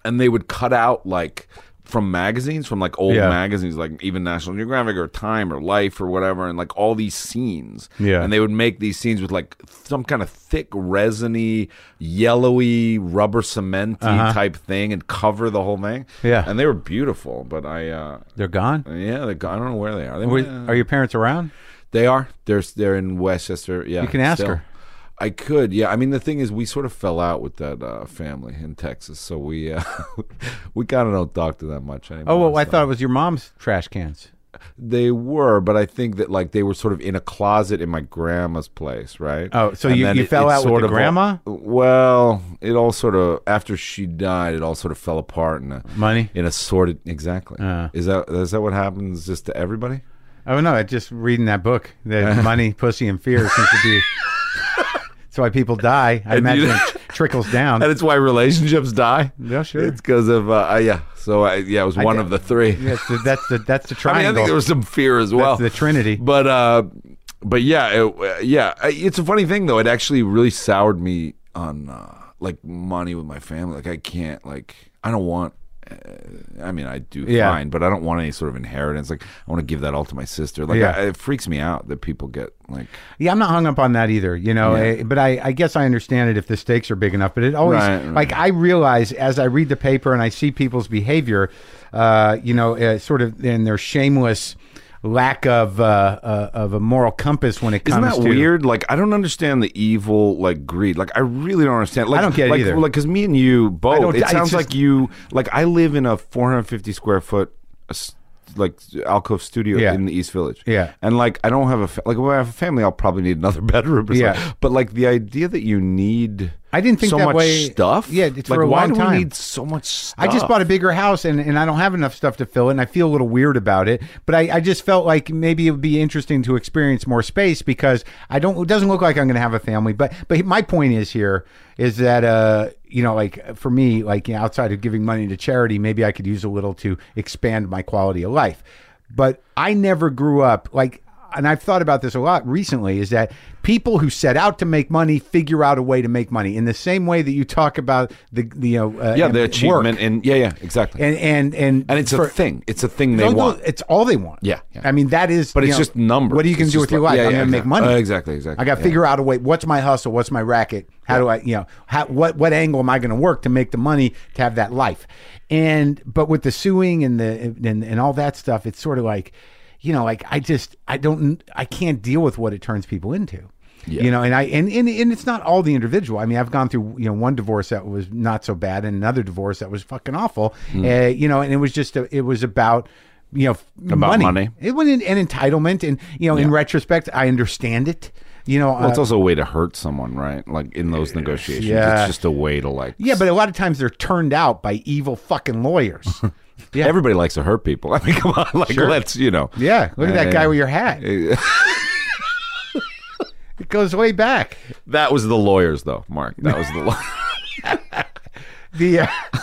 and they would cut out like from magazines, from like old Yeah. magazines, like even National Geographic or Time or Life or whatever, and like all these scenes. Yeah. And they would make these scenes with like some kind of thick, resiny, yellowy, rubber cementy type thing, and cover the whole thing. Uh-huh. Yeah. And they were beautiful, but I. Uh, They're gone. yeah, they go- I don't know where they are. They, Were- uh, are your parents around? they are. They're they're in Westchester. Yeah, you can ask her. I could. Yeah, I mean the thing is, we sort of fell out with that uh, family in Texas, so we uh, we kind of don't talk to them much anymore. Oh, well, I so. thought it was your mom's trash cans. they were, but I think that like they were sort of in a closet in my grandma's place, right? Oh, so And you- then you fell out with sort the of grandma? well, it all sort of after she died, it all sort of fell apart in a Money? in a sordid exactly. Uh. is that is that what happens just to everybody? Oh no! I just reading that book, the money, pussy, and fear seems to be. That's why people die. I And you- imagine it trickles down. and it's why relationships die. Yeah, sure. It's because of uh, uh, yeah. So I, yeah, it was one d- of the three. Yes, th- that's the that's the I mean, I triangle. think there was some fear as well. the Trinity. But uh, but yeah, it, uh, yeah. I- It's a funny thing though. It actually really soured me on uh, like money with my family. Like I can't like I don't want. Uh, I mean, I do Yeah. fine, but I don't want any sort of inheritance. Like I want to give that all to my sister. Like Yeah. I, it freaks me out that people get like yeah, I'm not hung up on that either. You know, eh, but I, I guess I understand it if the stakes are big enough. But it always Right, right. like I realize as I read the paper and I see people's behavior, uh, you know, uh, sort of in their shameless lack of uh, uh, of a moral compass when it comes Isn't that to weird? Like, I don't understand the evil, like greed. Like, I really don't understand. Like, I don't get it like, either. Like, because me and you both. don't- It I sounds just- like you. Like, I live in a 450 square foot, uh, s- like alcove studio Yeah. in the East Village. Yeah. And like, I don't have a fa- like. When I have a family, I'll probably need another bedroom. Or Yeah. Something. But like the idea that you need. I didn't think so that much way- stuff. Yeah, it's like, for a why long do time. we need so much stuff? I just bought a bigger house and, and I don't have enough stuff to fill it and I feel a little weird about it. But I, I just felt like maybe it would be interesting to experience more space because I don't it doesn't look like I'm gonna have a family. But but my point is here is that uh you know like for me like you know, outside of giving money to charity maybe I could use a little to expand my quality of life. But I never grew up like and I've thought about this a lot recently, is that people who set out to make money figure out a way to make money in the same way that you talk about the, the you know, uh, yeah, em- the work. achievement and yeah, yeah, exactly. And, and and and it's for- a thing. It's a thing they Don't go- want. It's all they want. Yeah, yeah. I mean, that is. But you it's know, just numbers. What are you going It's to do just with your life? like- yeah, I'm yeah, going to make exactly. money. Uh, exactly, exactly, I got to yeah. figure out a way. What's my hustle? What's my racket? How do I, you know, how, what what angle am I going to work to make the money to have that life? And but with the suing and the and and all that stuff, it's sort of like, you know, like I just I don't I can't deal with what it turns people into. Yeah. You know, and I and, and and it's not all the individual. I mean, I've gone through you know one divorce that was not so bad, and another divorce that was fucking awful. Mm. Uh, you know, and it was just a, it was about you know f- About money. It was an, an entitlement, and you know, in retrospect, I understand it. You know, well, it's uh, also a way to hurt someone, right? Like in those negotiations, yeah. it's just a way to like. yeah, but a lot of times they're turned out by evil fucking lawyers. yeah, everybody likes to hurt people. I mean, come on, like let's you know. yeah. Look at that guy with your hat. it goes way back. That was the lawyers, though, Mark. That was the. law- the uh,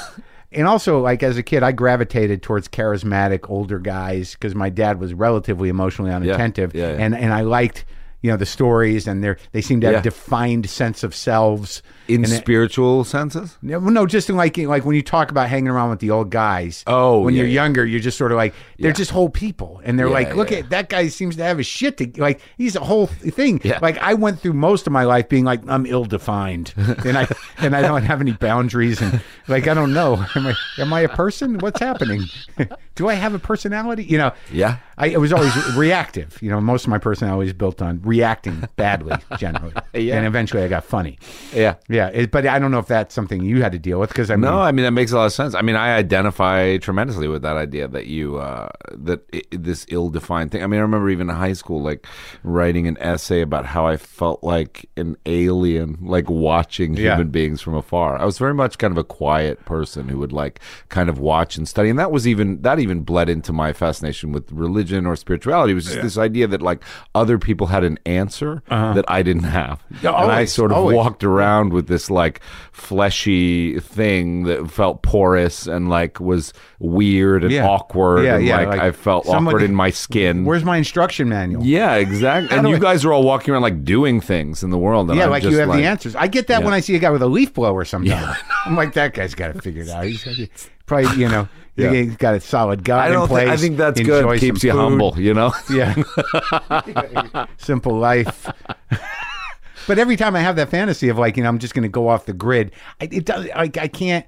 and also like as a kid i gravitated towards charismatic older guys because my dad was relatively emotionally unattentive yeah, yeah. and and i liked you know the stories and they they seem to have Yeah. defined sense of selves in And it- spiritual senses. no, no, just in like like when you talk about hanging around with the old guys. Oh, when yeah, you're yeah. younger, you're just sort of like they're just whole people, and they're Yeah, like, look yeah. at that guy seems to have his shit to like he's a whole th- thing. Yeah. Like I went through most of my life being like I'm ill defined, and I and I don't have any boundaries, and like I don't know, am I am I a person? What's happening? Do I have a personality? You know. Yeah. I it was always reactive. You know, most of my personality is built on reacting badly generally, Yeah. and eventually I got funny. Yeah. Yeah, it, but I don't know if that's something you had to deal with because I mean, No, I mean that makes a lot of sense. I mean, I identify tremendously with that idea that you uh, that i this ill-defined thing. I mean, I remember even in high school, like writing an essay about how I felt like an alien, like watching Yeah. human beings from afar. I was very much kind of a quiet person who would like kind of watch and study, and that was even that even bled into my fascination with religion or spirituality. It was just this idea that like other people had an answer Uh-huh. that I didn't have, Yeah, and I always, sort of always. walked walked around with this like fleshy thing that felt porous and like was weird and Yeah. awkward Yeah, and yeah, like, like, I felt someone- awkward in my skin. where's my instruction manual? yeah, exactly. And you guys are all walking around like doing things in the world. And Yeah, I'm like just you have like, the answers. I get that when I see a guy with a leaf blower sometimes. I'm like, that guy's got it figured out. He's got- probably, you know, Yeah. he's got a solid God I don't. in place. Think, I think that's enjoy good. some Keeps you food. humble. You know. Yeah. Simple life. but every time I have that fantasy of like, you know, I'm just going to go off the grid, I, it does, like, I can't,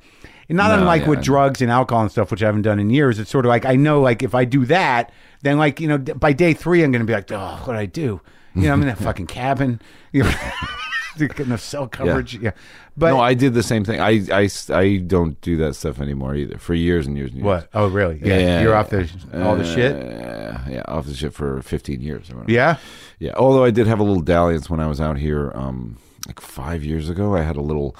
not No, unlike yeah, with I know. drugs and alcohol and stuff, which I haven't done in years. It's sort of like, I know, like, if I do that, then, like, you know, d- by day three, I'm going to be like, oh, what did I do? You know, I'm in that fucking cabin. You know, get enough cell coverage. Yeah. But, no, I did the same thing. I, I, I don't do that stuff anymore either. For years and years and years. what? Oh, really? Yeah. You're off the, all the Uh, shit. Yeah, off the shit for 15 years. Or whatever. Yeah. Yeah. Although I did have a little dalliance when I was out here, um, like five years ago, I had a little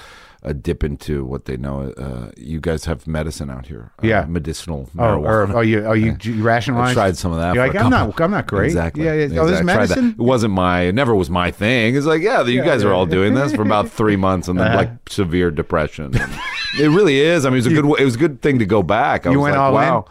a dip into what they know. Uh, you guys have medicine out here. uh, Yeah. Medicinal Oh, marijuana. or, oh, you, oh, you, you I rationalized. tried some of that. You're for like, a I'm couple- not, I'm not great. Exactly. Yeah, yeah. Oh, this is Exactly. I tried that. medicine. It wasn't my. It never was my thing. It's like, yeah, you guys are all doing this for about three months, Uh-huh. and then like severe depression. it really is. I mean, it was a good. wa- It was a good thing to go back. I You was went like, all in? wow.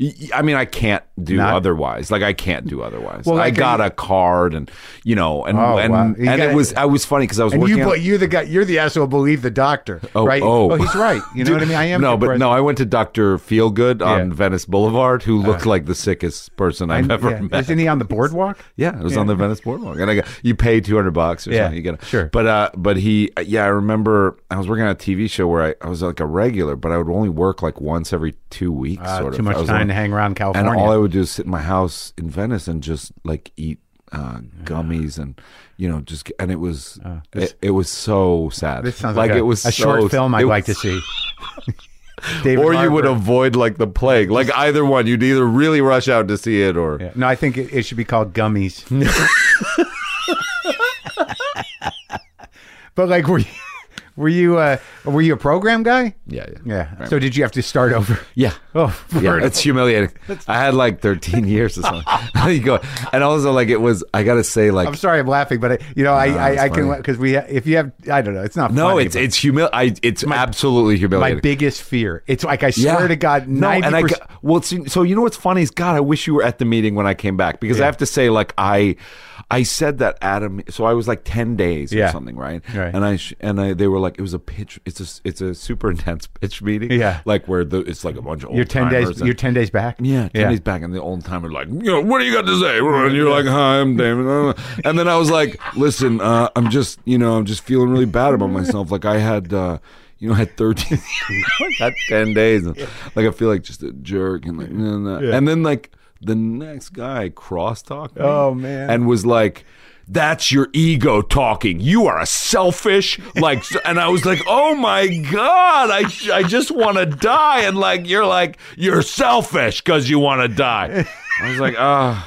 Y- y- I mean, I can't do Not- otherwise. Like, I can't do otherwise. Well, like, I got are you- a card, and you know, and Oh, and, wow. and You it gotta- was I was funny because I was And working. you, out- but you're the guy. You're the asshole. Believe the doctor, right? oh. he's right. You know what I mean? I am. no, but depressed. no, I went to Doctor Feelgood on Yeah. Uh-huh. Venice Boulevard, who looked like the sickest person I've ever Yeah. met. Isn't he on the boardwalk? Yeah, it was on the Venice Boardwalk, and I got you pay two hundred bucks or Yeah, something. You get it. sure. but uh, but he, yeah, I remember I was working on a TV show where I, I was like a regular, but I would only work like once every two weeks. Uh, sort too of. I much was time on- to hang around and California. all I would do is sit in my house in Venice and just like eat uh, gummies and you know just and it was it, it was so sad. Uh, this sounds like, a, it was a so- short film I'd it like to was- see. David Or you would Harbour. avoid like the plague, like either one. You'd either really rush out to see it or. Yeah. No, I think it, it should be called gummies. but like, were you, Were you uh, were you a program guy? Yeah, yeah. Yeah. So did you have to start over? Yeah. Oh, Yeah, it's humiliating. I had like 13 years or something. you go, and also like it was. I gotta say, like I'm sorry, I'm laughing, but I, you know, I, it's I, I can funny. because we if you have I don't know, it's not no, funny, it's but it's humil. I it's absolutely humiliating. my biggest fear. It's like I swear to God, no, ninety and I percent. got- well, see, so you know what's funny is God, I wish you were at the meeting when I came back because I have to say, like I, I said that Adam. So I was like ten days Yeah. or something, right? Right. And I sh- and I they were like, it was a pitch. It's a s- it's a super intense pitch meeting. Yeah. like where the it's like a bunch of You're ten days. You're ten days back. yeah, ten days back, and the old timer like, you know, what do you got to say? And you're like, hi, I'm Damon. And then I was like, listen, uh, I'm just, you know, I'm just feeling really bad about myself. Like I had, uh, you know, I had 13, I had 10 days. And, Like I feel like just a jerk, and like, nah, nah. and then like the next guy crosstalk. me Oh, man. and was like. That's your ego talking. You are a selfish, like, and I was like, oh my God, I, I just want to die. And like, you're like, you're selfish because you want to die. I was like, ah,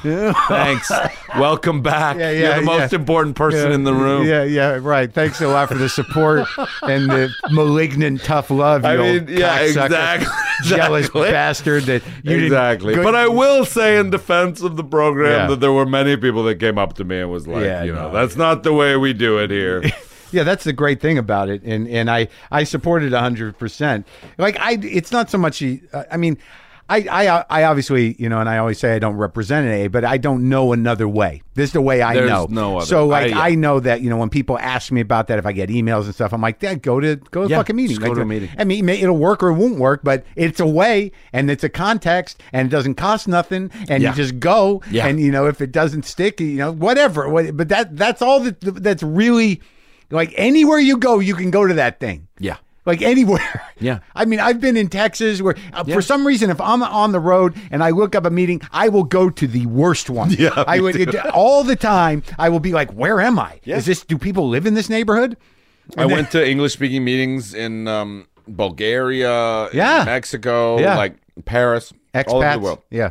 thanks. Welcome back. Yeah, yeah, you're the most yeah. important person in the room. Yeah, yeah, right. Thanks a lot for the support and the malignant tough love. You I mean, old yeah, cocksucker, exactly. Jealous Exactly. bastard that you didn't exactly. go- But I will say, in defense of the program, Yeah. that there were many people that came up to me and was like, Yeah, you know, no. that's not the way we do it here. Yeah, that's the great thing about it, and and I I support it hundred percent. Like I, it's not so much. uh, I mean, I, I I obviously you know, and I always say I don't represent an A, but I don't know another way. This is the way I There's know. no other- So like I- I, know that you know when people ask me about that, if I get emails and stuff, I'm like, Dad, go to go to Yeah, fucking meeting. just go to a Like, meeting. I mean, may- it'll work or it won't work, but it's a way and it's a context and it doesn't cost nothing and Yeah. you just go Yeah. and you know if it doesn't stick, you know whatever. What- But that that's all that that's really like anywhere you go, you can go to that thing. yeah. Like anywhere. Yeah. I mean, I've been in Texas where, uh, Yeah. for some reason, if I'm on the road and I look up a meeting, I will go to the worst one. Yeah, me I would it, all the time. I will be like, "Where am I? Is this? Do people live in this neighborhood?" I went to English speaking meetings in um, Bulgaria, in Yeah. Mexico, Yeah. like Paris, Expats. all over the world. Yeah.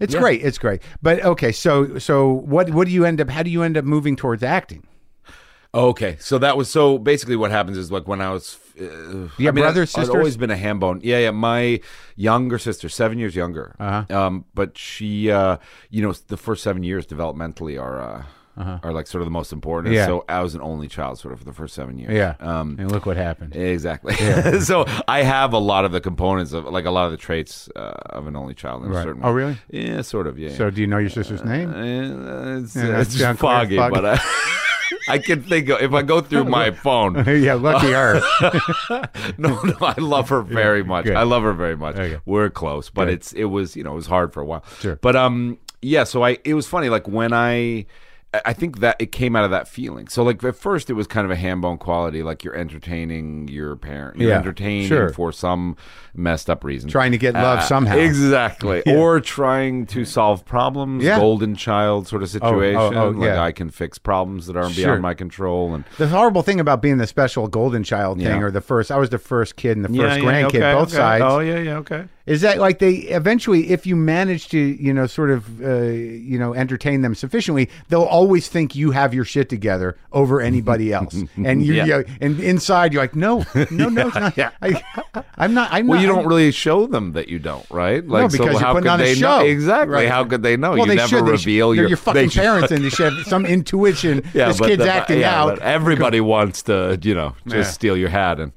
It's great. It's great. But okay, so so what what do you end up how do you end up moving towards acting? Okay, so that was so basically what happens is like when I was. Uh, You I have brothers, I'd sisters? always been a ham bone. Yeah, yeah. My younger sister, seven years younger, Uh-huh. um, but she, uh, you know, the first seven years developmentally are. Uh, Are like sort of the most important. Uh-huh. Yeah. So I was an only child, sort of for the first seven years. Um, and look what happened. Exactly. so I have a lot of the components of like a lot of the traits uh, of an only child. In a certain Oh, really? Yeah, sort of. Yeah. So do you know your sister's yeah. name? Uh, it's Yeah, uh, it's it's unclear, foggy, foggy. but I, I can think of if I go through my phone. yeah, lucky her. No, no, I love her very much. good. I love her very much. Okay. We're close, but it's it was you know it was hard for a while. Sure. But um yeah, so I it was funny like when I I think that it came out of that feeling. So like at first it was kind of a ham bone quality, like you're entertaining your parent, you're Yeah, entertaining sure. for some messed up reason, Trying to get love Uh, somehow. exactly, or trying to solve problems, Yeah. golden child sort of situation. oh, like yeah. I can fix problems that aren't Sure. beyond my control, and The horrible thing about being the special golden child thing, Yeah. or the first, I was the first kid and the first Yeah, yeah, grandkid, okay, both okay. sides, Oh yeah, yeah, okay. is that like they eventually, if you manage to, you know, sort of, uh, you know, entertain them sufficiently, they'll always think you have your shit together over anybody else. and you, Yeah. you- and inside you're like, no, no, no, it's not. I, I'm not, I'm Well, not. you don't I'm- really show them that you don't, right? Like, because you're putting could on a they show. Know? Exactly. Right. How could they know? Well, you they never should. They should- reveal they're your, your they fucking should- parents, and they should have some intuition. Yeah, this but kid's the- acting yeah, out. but everybody wants to, you know, just Yeah. steal your hat and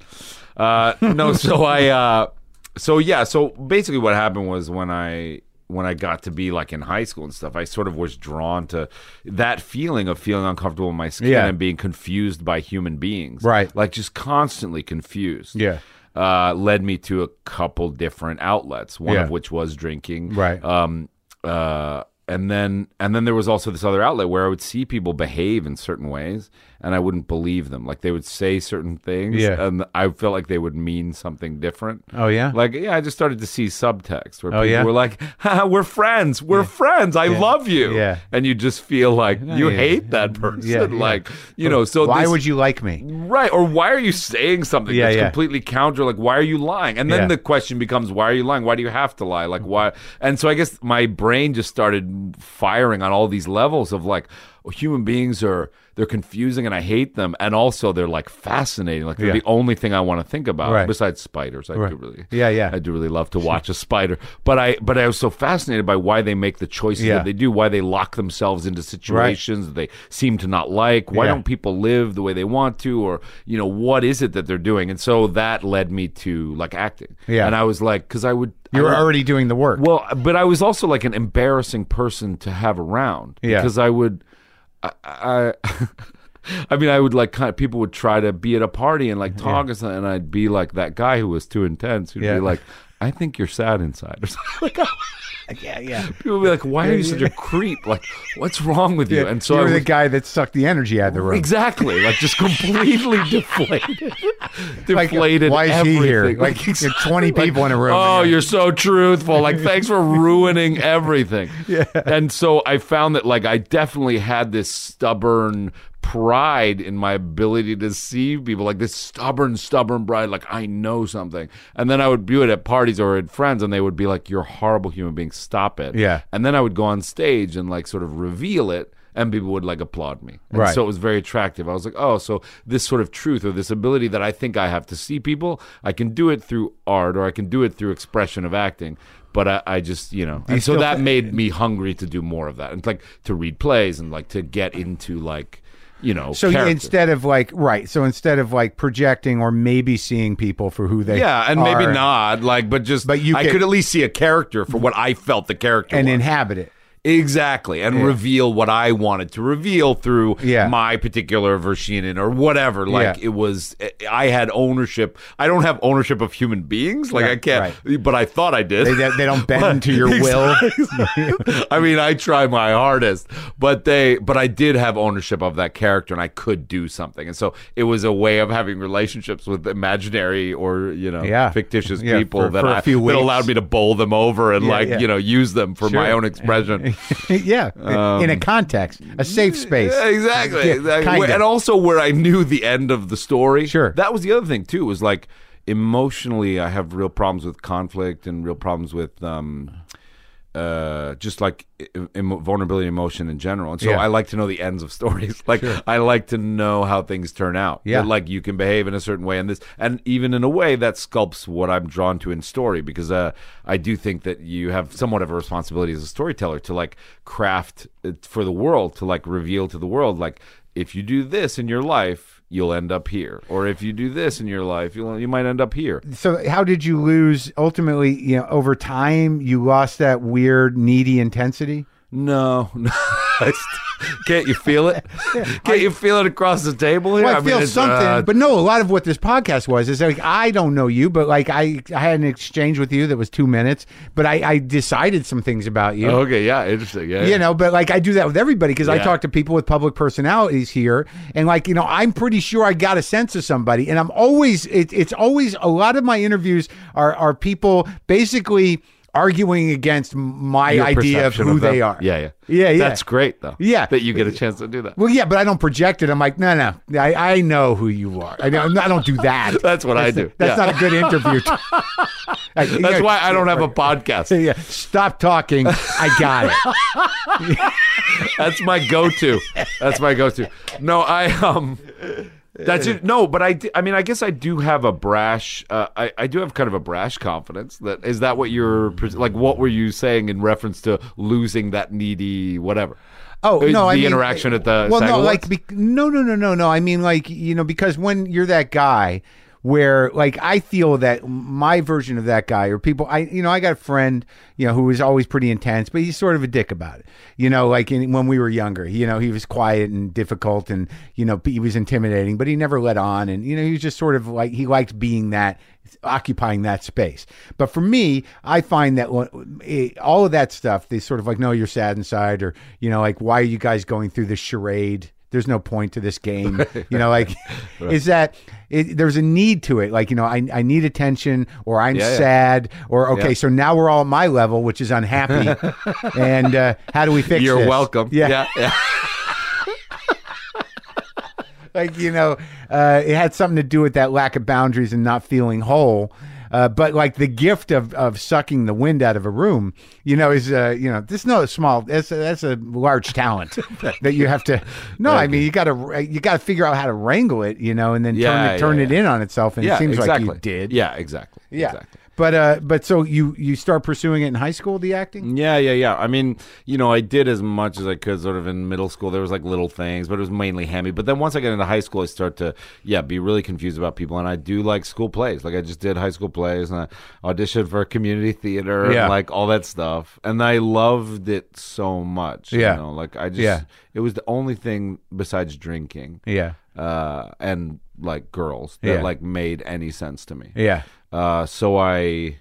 uh, no. So I, uh, so yeah. So basically, what happened was when I when I got to be like in high school and stuff, I sort of was drawn to that feeling of feeling uncomfortable in my skin Yeah. and being confused by human beings, Right. Like just constantly confused, Yeah. Uh, led me to a couple different outlets. One Yeah. of which was drinking, Right. um, uh, and then and then there was also this other outlet where I would see people behave in certain ways, and I wouldn't believe them. Like they would say certain things, Yeah. and I felt like they would mean something different. Oh, yeah? like yeah, I just started to see subtext where Oh, people yeah? were like, Haha, "We're friends, we're friends, I love you," Yeah. and you just feel like you yeah. hate that person, yeah. like you know. So Why this- would you like me? Right. Or why are you saying something Yeah, that's yeah. completely counter? Like, why are you lying? And then Yeah. the question becomes, why are you lying? Why do you have to lie? Like, why? And so I guess my brain just started firing on all these levels of like, human beings are they're confusing and I hate them, and also they're like fascinating. Like they're Yeah. the only thing I want to think about Right. besides spiders. I do really, Yeah, yeah. I do really love to watch a spider, but I but I was so fascinated by why they make the choices Yeah. that they do, why they lock themselves into situations that they seem to not like. Why Yeah. don't people live the way they want to, or you know what is it that they're doing? And so that led me to like acting. Yeah. and I was like, because I would You I were would- already doing the work. well, but I was also like an embarrassing person to have around Yeah. because I would, I, I, I mean, I would like kind of people would try to be at a party and like talk or something, and I'd be like that guy who was too intense. Who'd Yeah. be like, "I think you're sad inside," or something. Like, yeah, yeah. people would be like, "Why are you such a creep? Like, what's wrong with you?" And so you I were the was. guy that sucked the energy out of the room. Exactly, like just completely deflated, Like, deflated. Why is everything. he here? Like, exactly. you're 20 people in a room. Oh, and you're so truthful. Like, thanks for ruining everything. yeah. And so I found that, like, I definitely had this stubborn pride in my ability to deceive people, like this stubborn, stubborn pride. Like, I know something. And then I would view it at parties or at friends, and they would be like, You're a horrible human being. Stop it. Yeah. And then I would go on stage and, like, sort of reveal it. And people would like applaud me. And Right. So it was very attractive. I was like, oh, so this sort of truth or this ability that I think I have to see people, I can do it through art or I can do it through expression of acting. But I, I just, you know, and so still that made me hungry to do more of that and like to read plays and like to get into like, you know, So character. instead of like right, so instead of like projecting or maybe seeing people for who they yeah, and are maybe not like, but just But you I can- could at least see a character for what I felt the character and was. inhabit it. Exactly, and reveal what I wanted to reveal through Yeah. my particular Vershinen or whatever. Like Yeah. it was, eh, I had ownership. I don't have ownership of human beings. Like I Right, can't, but I thought I did. They, they don't bend to your will. will. I mean, I try my hardest, but they, but I did have ownership of that character, and I could do something. And so it was a way of having relationships with imaginary or you know Yeah. fictitious Yeah, people for- that for a I, few that weeks. allowed me to bowl them over and Yeah, like yeah. you know use them for my Sure. own expression. yeah, in a context, a safe space. Um, Yeah, exactly. Yeah, exactly. kinda. Where- And also where I knew the end of the story. Sure. That was the other thing too. Was like emotionally, I have real problems with conflict and real problems with. Um, uh, just like em- em- vulnerability, and emotion in general, and so Yeah. I like to know the ends of stories. Like I like to know how things turn out. Yeah. That, like you can behave in a certain way, and this, and even in a way that sculpts what I'm drawn to in story, because uh, I do think that you have somewhat of a responsibility as a storyteller to like craft it for the world, to like reveal to the world, like if you do this in your life, you'll end up here, or if you do this in your life, you'll you might end up here. So how did you lose ultimately, you know, over time you lost that weird needy intensity? No, no. I st- Can't you feel it? Can't you feel it across the table here? Well, I, mean, feel it's, something, uh, but no. A lot of what this podcast was is like I don't know you, but like I, I had an exchange with you that was two minutes, but I, I decided some things about you. okay, yeah, interesting. Oh, Yeah, You know, but like I do that with everybody because I Yeah. talk to people with public personalities here, and like you know, I'm pretty sure I got a sense of somebody, and I'm always it, it's always a lot of my interviews are are people basically arguing against my Your idea of perception who them. they are. Yeah, yeah, Yeah, yeah. That's great though. Yeah. that you get a chance to do that. Well, yeah, but I don't project it. I'm like, no, no, I, I know who you are. I don't, I don't do that. That's what I do. That's Yeah. not a good interview. Like, you That's know, why I don't have a podcast. Yeah, stop talking. I got it. That's my go-to. That's my go-to. No, I um. That's it. No, but I, d- I mean, I guess I do have a brash. Uh, I, I do have kind of a brash confidence. That is that what you're pres- like? What were you saying in reference to losing that needy whatever? Oh Is no, the I mean, interaction at the well, SAG no, Awards? like be, no, no, no, no, no. I mean, like you know, because when you're that guy, where like I feel that my version of that guy or people, I you know, I got a friend you know who was always pretty intense, but he's sort of a dick about it. You know, like in, when we were younger, you know, he was quiet and difficult, and you know, he was intimidating, but he never let on, and you know, he was just sort of like he liked being that occupying that space. But for me, I find that when- eh, all of that stuff, they sort of like, no, you're sad inside, or, you know, like, why are you guys going through this charade? There's no point to this game. You know, like, is that it, there's a need to it. Like, you know, I, I need attention, or I'm Yeah, yeah. sad, or, okay, so now we're all at my level, which is unhappy. and uh, how do we fix You're this? welcome. Yeah. yeah, yeah. like you know uh, it had something to do with that lack of boundaries and not feeling whole Uh, but like the gift of, of sucking the wind out of a room, you know, is uh, you know, this no small. That's a, that's a large talent that you have to. No, I mean you got to you got to figure out how to wrangle it, you know, and then Yeah, turn yeah, it turn it yeah. in on itself. And yeah, it seems exactly. like you did. Yeah, exactly. yeah. Exactly. But uh, but so you you start pursuing it in high school, the acting. Yeah, yeah, yeah. I mean, you know, I did as much as I could sort of in middle school. There was like little things, but it was mainly hammy. But then once I get into high school, I start to, yeah, be really confused about people. And I do like school plays. Like I just did high school plays and I auditioned for community theater Yeah. and like all that stuff. And I loved it so much. Yeah. You know, like I just, Yeah. it was the only thing besides drinking Yeah, uh, and like girls that Yeah. like made any sense to me. yeah, Uh, so I,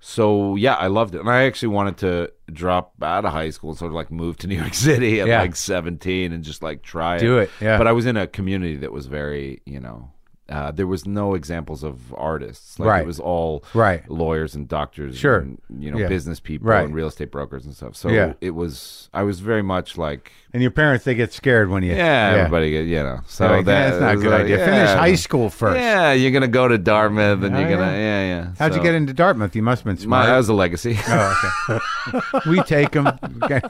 so yeah, I loved it, and I actually wanted to drop out of high school and sort of like move to New York City at Yeah. like seventeen and just like try Do it, yeah. But I was in a community that was very, you know. Uh, there was no examples of artists. Like Right. it was all Right. lawyers and doctors, Sure. and, you know, Yeah. business people Right. and real estate brokers and stuff. So Yeah. it was. I was very much like, and your parents they get scared when you yeah, everybody, get- you know. So They're like, that- that's not a it good was like, idea. Finish yeah. high school first. Yeah, you're gonna go to Dartmouth, and Oh, you're gonna, yeah. yeah, yeah. How'd you So- get into Dartmouth? You must have been My, smart. that was a legacy. Oh, okay. we take them. Okay.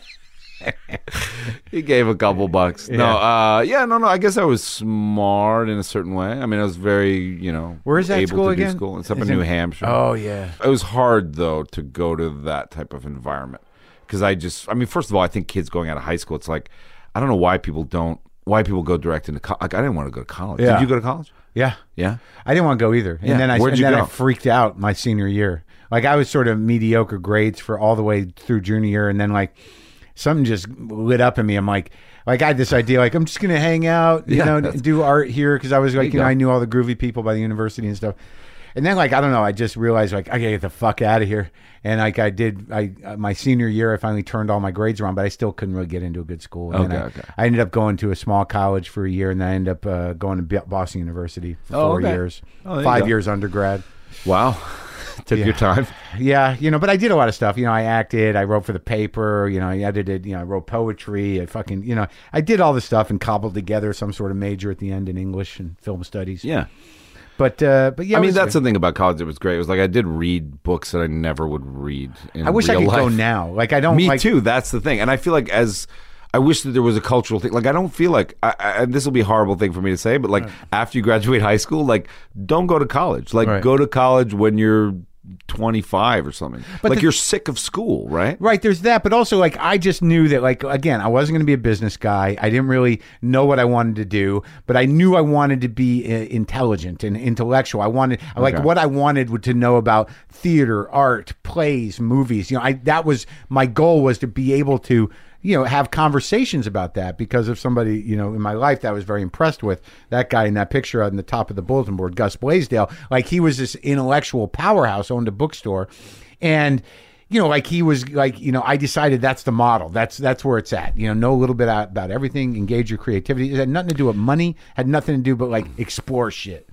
he gave a couple bucks. No, uh, yeah, no, no. I guess I was smart in a certain way. I mean, I was very, you know, Where is that able school to again? Do school. It's up Is in it- Oh. New Hampshire. yeah. It was hard though to go to that type of environment because I just, I mean, first of all, I think kids going out of high school, it's like, I don't know why people don't, why people go direct into college. Like, I didn't want to go to college. Yeah. Did you go to college? Yeah. Yeah. I didn't want to go either. And Yeah. then I Where'd and you then go? I freaked out my senior year. Like I was sort of mediocre grades for all the way through junior year and then like something just lit up in me. I'm like like I had this idea like I'm just going to hang out, you Yeah, know, that's- do art here cuz I was like, you, you know, go. I knew all the groovy people by the university and stuff. And then like I don't know, I just realized like I got to get the fuck out of here. And like I did I uh, my senior year I finally turned all my grades around, but I still couldn't really get into a good school. And then Okay, I, okay. I ended up going to a small college for a year, and then I ended up uh, going to Bo- Boston University for Oh, four okay. years, Oh, five there you go. years undergrad. Wow. Took your time. Yeah, you know, but I did a lot of stuff. You know, I acted, I wrote for the paper, you know, I edited, you know, I wrote poetry, I fucking, you know, I did all this stuff and cobbled together some sort of major at the end in English and film studies. Yeah. But, uh, but yeah, I it mean, was- that's the thing about college. It was great. It was like I did read books that I never would read. In I wish I real could go life. now. Like, I don't Me like, too. That's the thing, and I feel like as I wish that there was a cultural thing. Like I don't feel like I, I, and this will be a horrible thing for me to say, but like after you graduate high school, like don't go to college. Like Right. go to college when you're 25 or something. But like the- you're sick of school, right? Right, there's that, but also like I just knew that like again, I wasn't going to be a business guy. I didn't really know what I wanted to do, but I knew I wanted to be uh, intelligent and intellectual. I wanted I like what I wanted would- to know about theater, art, plays, movies. You know, I that was my goal was to be able to you know have conversations about that because of somebody you know in my life that I was very impressed with that guy in that picture on the top of the bulletin board, Gus Blaisdell. Like he was this intellectual powerhouse, owned a bookstore, and you know, like he was like, you know, I decided that's the model. That's that's where it's at. You know, know a little bit out about everything, engage your creativity. It had nothing to do with money, had nothing to do but like explore shit.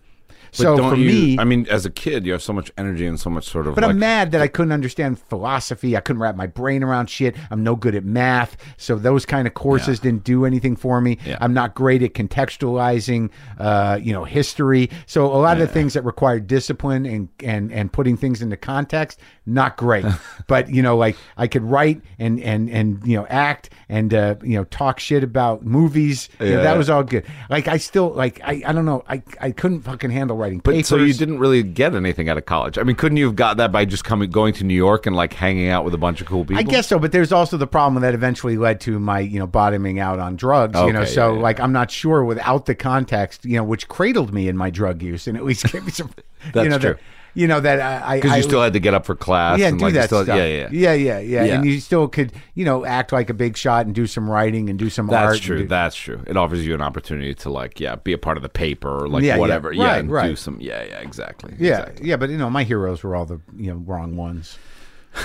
so don't for you, me, I mean, as a kid, you have so much energy and so much sort of. but like, I'm mad that I couldn't understand philosophy. I couldn't wrap my brain around shit. I'm no good at math. So those kind of courses didn't do anything for me. Yeah. I'm not great at contextualizing, uh, you know, history. So a lot of the things that require discipline and, and, and putting things into context, not great. but, you know, like I could write and, and, and, you know, act and, uh, you know, talk shit about movies. You know, Yeah. that was all good. Like I still, like, I, I don't know. I, I couldn't fucking handle writing But papers. so you didn't really get anything out of college. I mean, couldn't you have got that by just coming, going to New York and like hanging out with a bunch of cool people? I guess so, but there's also the problem that eventually led to my, you know, bottoming out on drugs. you Okay, know, so yeah, yeah, like I'm not sure without the context, you know, which cradled me in my drug use and at least gave me some. That's you know, true. That, you know that I because I, you still had to get up for class. yeah and do like, you that still, stuff. Yeah, yeah, yeah. yeah, yeah, yeah, Yeah. and you still could you know act like a big shot and do some writing and do some art. That's and true. do- That's true. It offers you an opportunity to like, yeah, be a part of the paper or like Yeah, yeah. whatever. Yeah, Right, and do right. some. Yeah, yeah, exactly. yeah, exactly. yeah, but you know my heroes were all the you know wrong ones.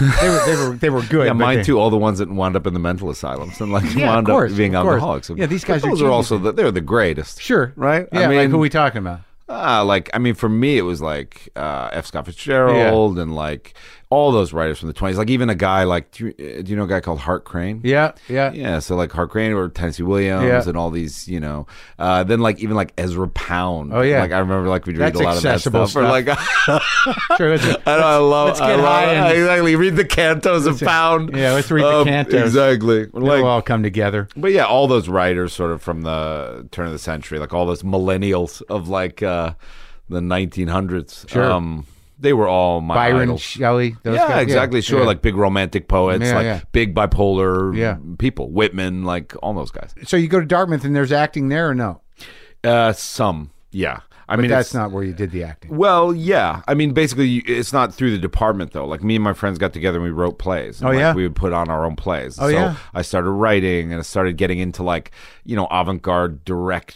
they were they were they were good. Yeah, but mine they- too. All the ones that wound up in the mental asylums and like Yeah, of wound course, up being of course. alcoholics. Yeah, these But guys are those are also the, they're the greatest. Sure. right? Yeah, I mean, like who we talking about? Ah, like I mean, for me, it was like uh, F. Scott uh, Fitzgerald and like all those writers from the 20s. Like even a guy like do you, uh, do you know a guy called Hart Crane? Yeah, yeah. Yeah, so like Hart Crane or Tennessee Williams Yeah. and all these, you know. Uh, then like even like Ezra Pound. Oh, yeah. like I remember like we'd read That's a lot of that accessible stuff. Or stuff. like Sure. That's it. I, know, I love. let's get I love- high and- exactly. Read the cantos of Pound. Um, yeah, let's read the cantos. Exactly. Like, It'll all come together. but yeah, all those writers sort of from the turn of the century, like all those millennials of like uh, the 1900s. Sure. Um, they were all my Byron idols. Shelley. Those yeah, guys. exactly. Sure, yeah. like big romantic poets, Yeah, like yeah. big bipolar Yeah. people, Whitman, like all those guys. so you go to Dartmouth and there's acting there or no? Uh, some, yeah. I mean, That's it's- not where you did the acting. Well, yeah. I mean, basically, you- it's not through the department though. Like me and my friends got together and we wrote plays. And, Oh, like, yeah? we would put on our own plays. Oh, so yeah? I started writing and I started getting into like you know avant-garde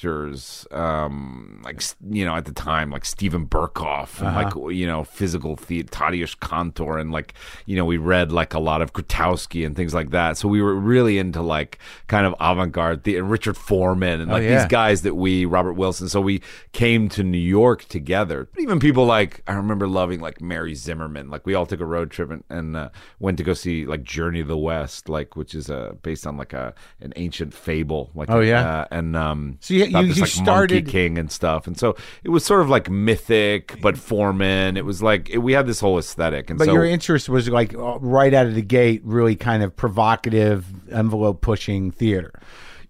directors, um, like s- you know at the time like Stephen Burkoff and Uh-huh. like you know physical theater, Tadeusz Kantor, and like you know we read like a lot of Grotowski and things like that. So we were really into like kind of avant-garde, the- Richard Foreman and like Oh, yeah. these guys that we Robert Wilson. So we came to New York together. Even people like I remember loving like Mary Zimmerman. Like we all took a road trip and, and uh, went to go see like Journey of the West, like which is uh, based on like a an ancient fable. Like Oh, yeah? uh, and um, So you- about you- this, you like, Monkey started- King and stuff. And so it was sort of like mythic, but Foreman. It was like it, we had this whole aesthetic. And But so your interest was like uh, right out of the gate, really kind of provocative, envelope pushing theater.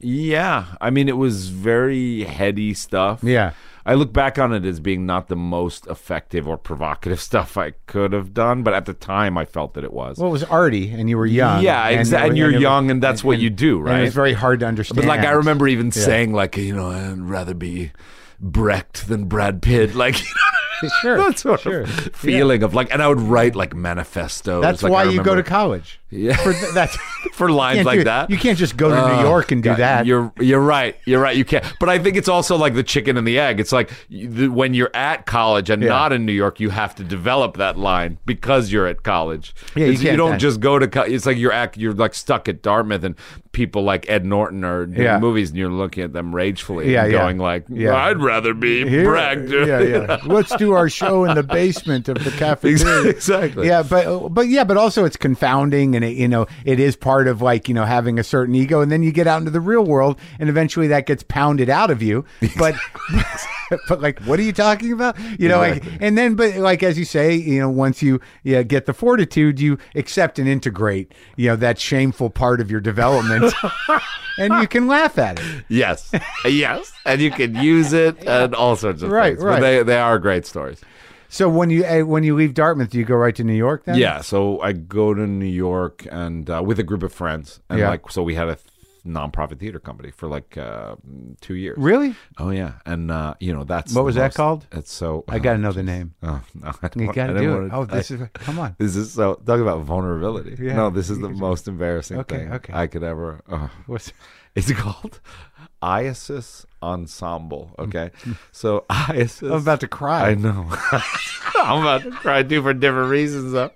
Yeah, I mean it was very heady stuff. Yeah. I look back on it as being not the most effective or provocative stuff I could have done, but at the time I felt that it was. Well, it was arty, and you were young. yeah, exactly. And, it- you're it- young, and that's what you do, And right? it's very hard to understand. But like I remember even saying like you know I'd rather be Brecht than Brad Pitt, like. you know, Sure, that sort sure. of feeling of like, and I would write like manifestos. That's like, I why you go to remember- college. Yeah. For th- that's for lines can't like do- that. You can't just go to Oh, New York and do God, that. You're you're right. You're right. You can't. But I think it's also like the chicken and the egg. It's like you, the, when you're at college and Yeah. not in New York, you have to develop that line because you're at college. Yeah, you It's- can't- don't that- just go to. Co- it's like you're at you're like stuck at Dartmouth and people like Ed Norton are doing Yeah. movies and you're looking at them ragefully. Yeah, and yeah. going like, Yeah. I'd rather be Here- bragged. Yeah, yeah. Let's do our show in the basement of the Exactly. cafeteria. exactly. Yeah, but but yeah, but also it's confounding, and it, you know it is part of like you know having a certain ego, and then you get out into the real world, and eventually that gets pounded out of you. But but like, what are you talking about? You know, like, and then but like as you say, you know, once you yeah get the fortitude, you accept and integrate you know that shameful part of your development, and you can laugh at it. Yes. yes. And you can use it and all sorts of Right, things. right. But they they are great stories. So when you eh, when you leave Dartmouth, do you go right to New York then? Yeah, so I go to New York and uh, with a group of friends, and Yeah. like so we had a th- nonprofit theater company for like uh, mm, two years. really. Oh yeah, and uh, you know that's What the was that most- called? It's so I got to know the name. Oh, no, I don't You want- got I to didn't do it. wanna- Oh, this I- is come on. This is so talk about vulnerability. Yeah. No, this is the most embarrassing Okay, thing okay. I could ever. Oh. What's It's called Iasis Ensemble. Okay, so Iasis. I'm Mm. about to cry. I know. I'm about to cry too for different reasons. Though.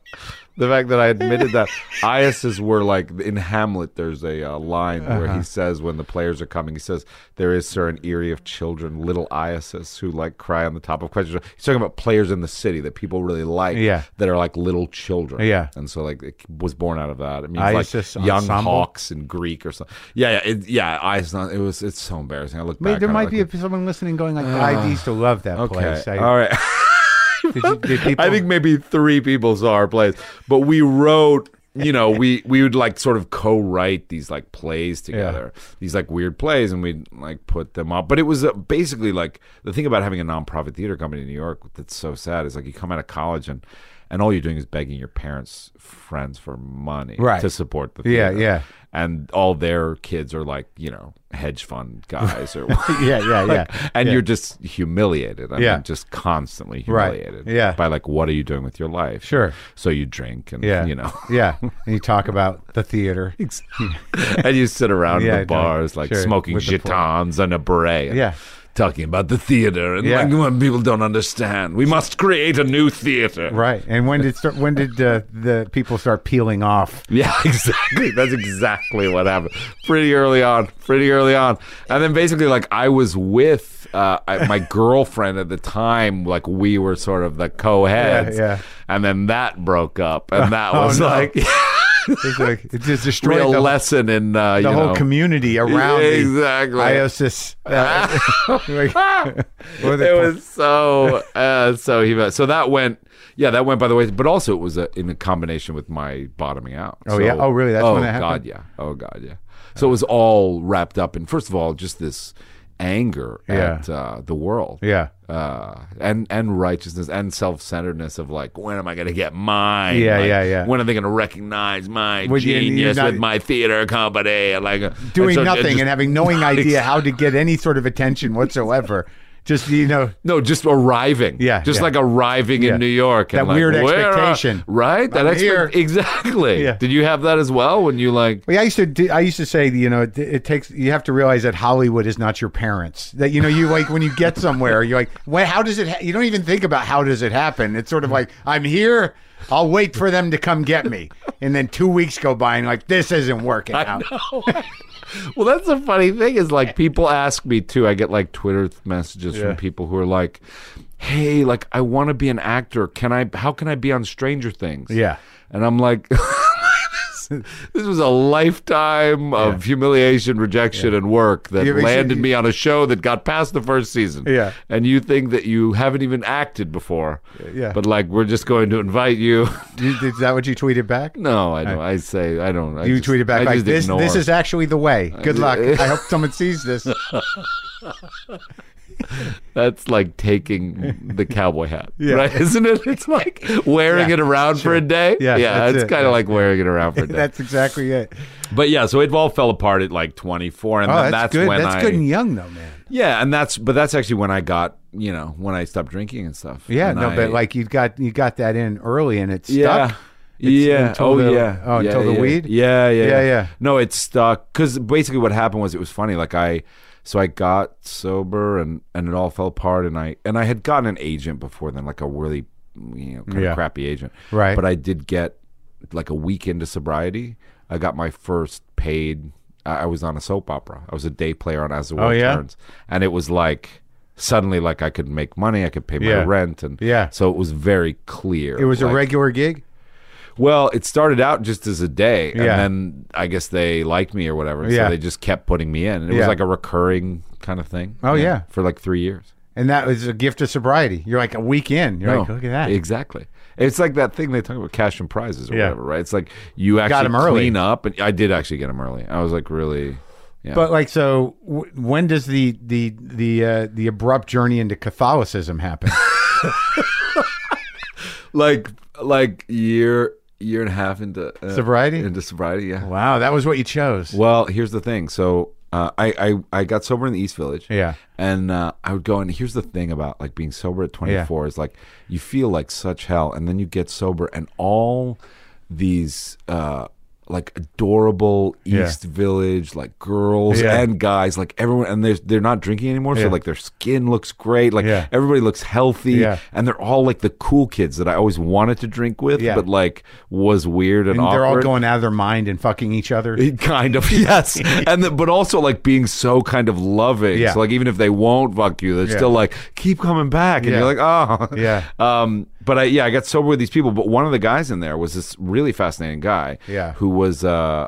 The fact that I admitted that Iasis were like in Hamlet. There's a uh, line where Uh-huh. he says when the players are coming, he says there is sir an eerie of children, little Iasis, who like cry on the top of questions. He's talking about players in the city that people really like, Yeah. that are like little children, Yeah. And so like it was born out of that. It means like Iasis young Ensemble? hawks in Greek or something. Yeah, yeah, it, yeah. Iasis. Not, it was. It's so embarrassing. I look Wait, back. there on it, might like, be a- someone listening going like, "I used to love that Okay. place." I, All right. did you, did people, I think maybe three people saw our plays, but we wrote. You know, we we would like sort of co-write these like plays together, these like weird plays, and we'd like put them up. But it was uh, basically like the thing about having a nonprofit theater company in New York that's so sad is like you come out of college and and all you're doing is begging your parents' friends for money Right. to support the Yeah, theater. yeah. And all their kids are like you know hedge fund guys or yeah, yeah, like, yeah. and you're just humiliated. I Yeah. mean, just constantly Right. humiliated. Yeah. By like, what are you doing with your life? Sure. So you drink and yeah, you know, yeah. And you talk about the theater. and you sit around Yeah, I the know. bars like Sure. smoking With the gitans and a beret. and Yeah. talking about the theater and Yeah. like when people don't understand. We must create a new theater. Right. And when did start, when did uh, the people start peeling off? Yeah, exactly. That's exactly what happened. Pretty early on. Pretty early on. And then basically, like, I was with uh, I, my girlfriend at the time. Like, we were sort of the co-heads. Yeah, yeah. And then that broke up, and that Oh, was no. like It's like, it just destroyed real the, lesson in uh, you the whole know, community around the Exactly. IOSIS. Uh, like, what they it call- was so uh, so he so that went yeah that went by the way but also it was a, in a combination with my bottoming out Oh, yeah? So- Oh, really? That's oh when it happened? god yeah oh god yeah so it was all wrapped up in first of all just this anger Yeah. at uh, the world yeah. uh, and and righteousness and self centeredness of like when am I going to get mine? Yeah, Like, yeah, yeah. when are they going to recognize my Well, you- you're genius not- with my theater company? And like uh, Doing and so- nothing just- and having no idea how to get any sort of attention whatsoever. Just, you know, No, just arriving. Yeah, just yeah. like arriving Yeah. in New York. That and like, weird where are- expectation. right? That I'm here. expect- exactly. Yeah. Did you have that as well when you like? Well, yeah, I used to. do- I used to say, you know, it, it takes. You have to realize that Hollywood is not your parents. That you know, you like when you get somewhere, you're like, well, how does it? Ha-? You don't even think about how does it happen. It's sort of like I'm here. I'll wait for them to come get me, and then two weeks go by, and like this isn't working out. Well, that's the funny thing is like people ask me too. I get like Twitter th- messages Yeah. from people who are like, "Hey, like I want to be an actor. Can I? How can I be on Stranger Things?" Yeah. and I'm like. "Oh This this was a lifetime of humiliation, rejection, and work that You- you- landed me on a show that got past the first season. Yeah. And you think that you haven't even acted before. Yeah. But, like, we're just going to invite you. You- Is that what you tweeted back? no, I don't. I say, I don't. I You just- tweeted back I like just this. ignore. This is actually the way. Good luck. I hope someone sees this. That's like taking the cowboy hat, Yeah. right? Isn't it? It's like wearing Yeah, it around for a day. Yeah, yeah, that's it's it. kind of like wearing it around for a day. That's exactly it. but yeah, so it all fell apart at like 24, and Oh, then that's, that's, good. when That's I good and young though, man. yeah, and that's but that's actually when I got you know when I stopped drinking and stuff. Yeah, And no, I- but like you got you got that in early, and it stuck. yeah. yeah. until Oh, the- yeah. oh, yeah, until the yeah. weed? Yeah, yeah, Yeah, yeah, yeah. No, it stuck because basically what happened was it was funny. Like I, so I got sober and and it all fell apart. And I and I had gotten an agent before then, like a really you know kind Yeah. of crappy agent, Right. But I did get like a week into sobriety. I got my first paid. I I was on a soap opera. I was a day player on As the World yeah? Turns, and it was like suddenly like I could make money. I could pay my Yeah. rent, and Yeah. So it was very clear. It was a like, regular gig. well, it started out just as a day, Yeah. and then I guess they liked me or whatever, and Yeah. so they just kept putting me in. And it Yeah. was like a recurring kind of thing. Oh, yeah. for like three years. And that was a gift of sobriety. You're like a week in. You're No, like, look at that. Exactly. It's like that thing they talk about cash and prizes or Yeah. whatever, right? It's like you actually 'em early. clean up, and I did actually get them early. I was like really, yeah. But like, so w- when does the the the uh, the abrupt journey into Catholicism happen? like like year year and a half into uh, Sobriety? into sobriety, yeah. wow, that was what you chose. Well, here's the thing. So uh, I, I I got sober in the East Village. Yeah. and uh, I would go. And here's the thing about like being sober at 24 is like you feel like such hell, and then you get sober, and all these. Uh, like adorable East Village, like girls Yeah. and guys, like everyone, and they're they're not drinking anymore, Yeah. so like their skin looks great, like Yeah. everybody looks healthy, Yeah. and they're all like the cool kids that I always wanted to drink with, Yeah. but like was weird and, and they're all awkward. going out of their mind and fucking each other. It kind of yes, and the, but also like being so kind of loving. Yeah. So like even if they won't fuck you, they're Yeah. still like keep coming back, and Yeah. you're like oh Yeah. Um, but I yeah I got sober with these people. But one of the guys in there was this really fascinating guy. Yeah. Who was uh.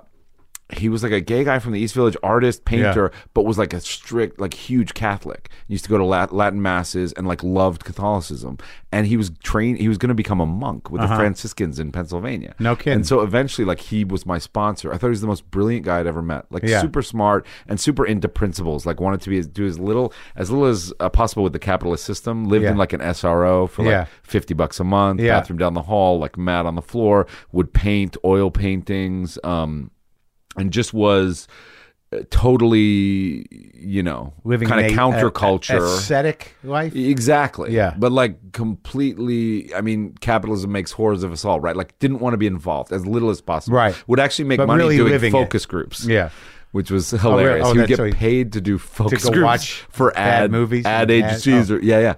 He was like a gay guy from the East Village, artist, painter, but was like a strict, like huge Catholic. He used to go to Lat- Latin masses and like loved Catholicism. And he was trained; he was going to become a monk with the Franciscans in Pennsylvania. Uh-huh. No kidding. And so so eventually, like he was my sponsor. I thought he was the most brilliant guy I'd ever met. Like Yeah. super smart and super into principles. Like wanted to be do as little as little as uh, possible with the capitalist system. Lived Yeah. in like an SRO for like Yeah. fifty bucks a month. Yeah. Bathroom down the hall. Like mat on the floor. Would paint oil paintings. Um, and just was uh, totally you know Living kind of in a- counterculture. a- ascetic life. Exactly. Yeah. But like completely, I mean, capitalism makes whores of us all, right? Like, didn't want to be involved as little as possible. Right. Would actually make But money really living doing it. focus groups. Yeah. which was hilarious. Oh, he would that's get so he- paid to do focus go groups watch for bad ad movies ad and agencies. ads. Oh. or- yeah,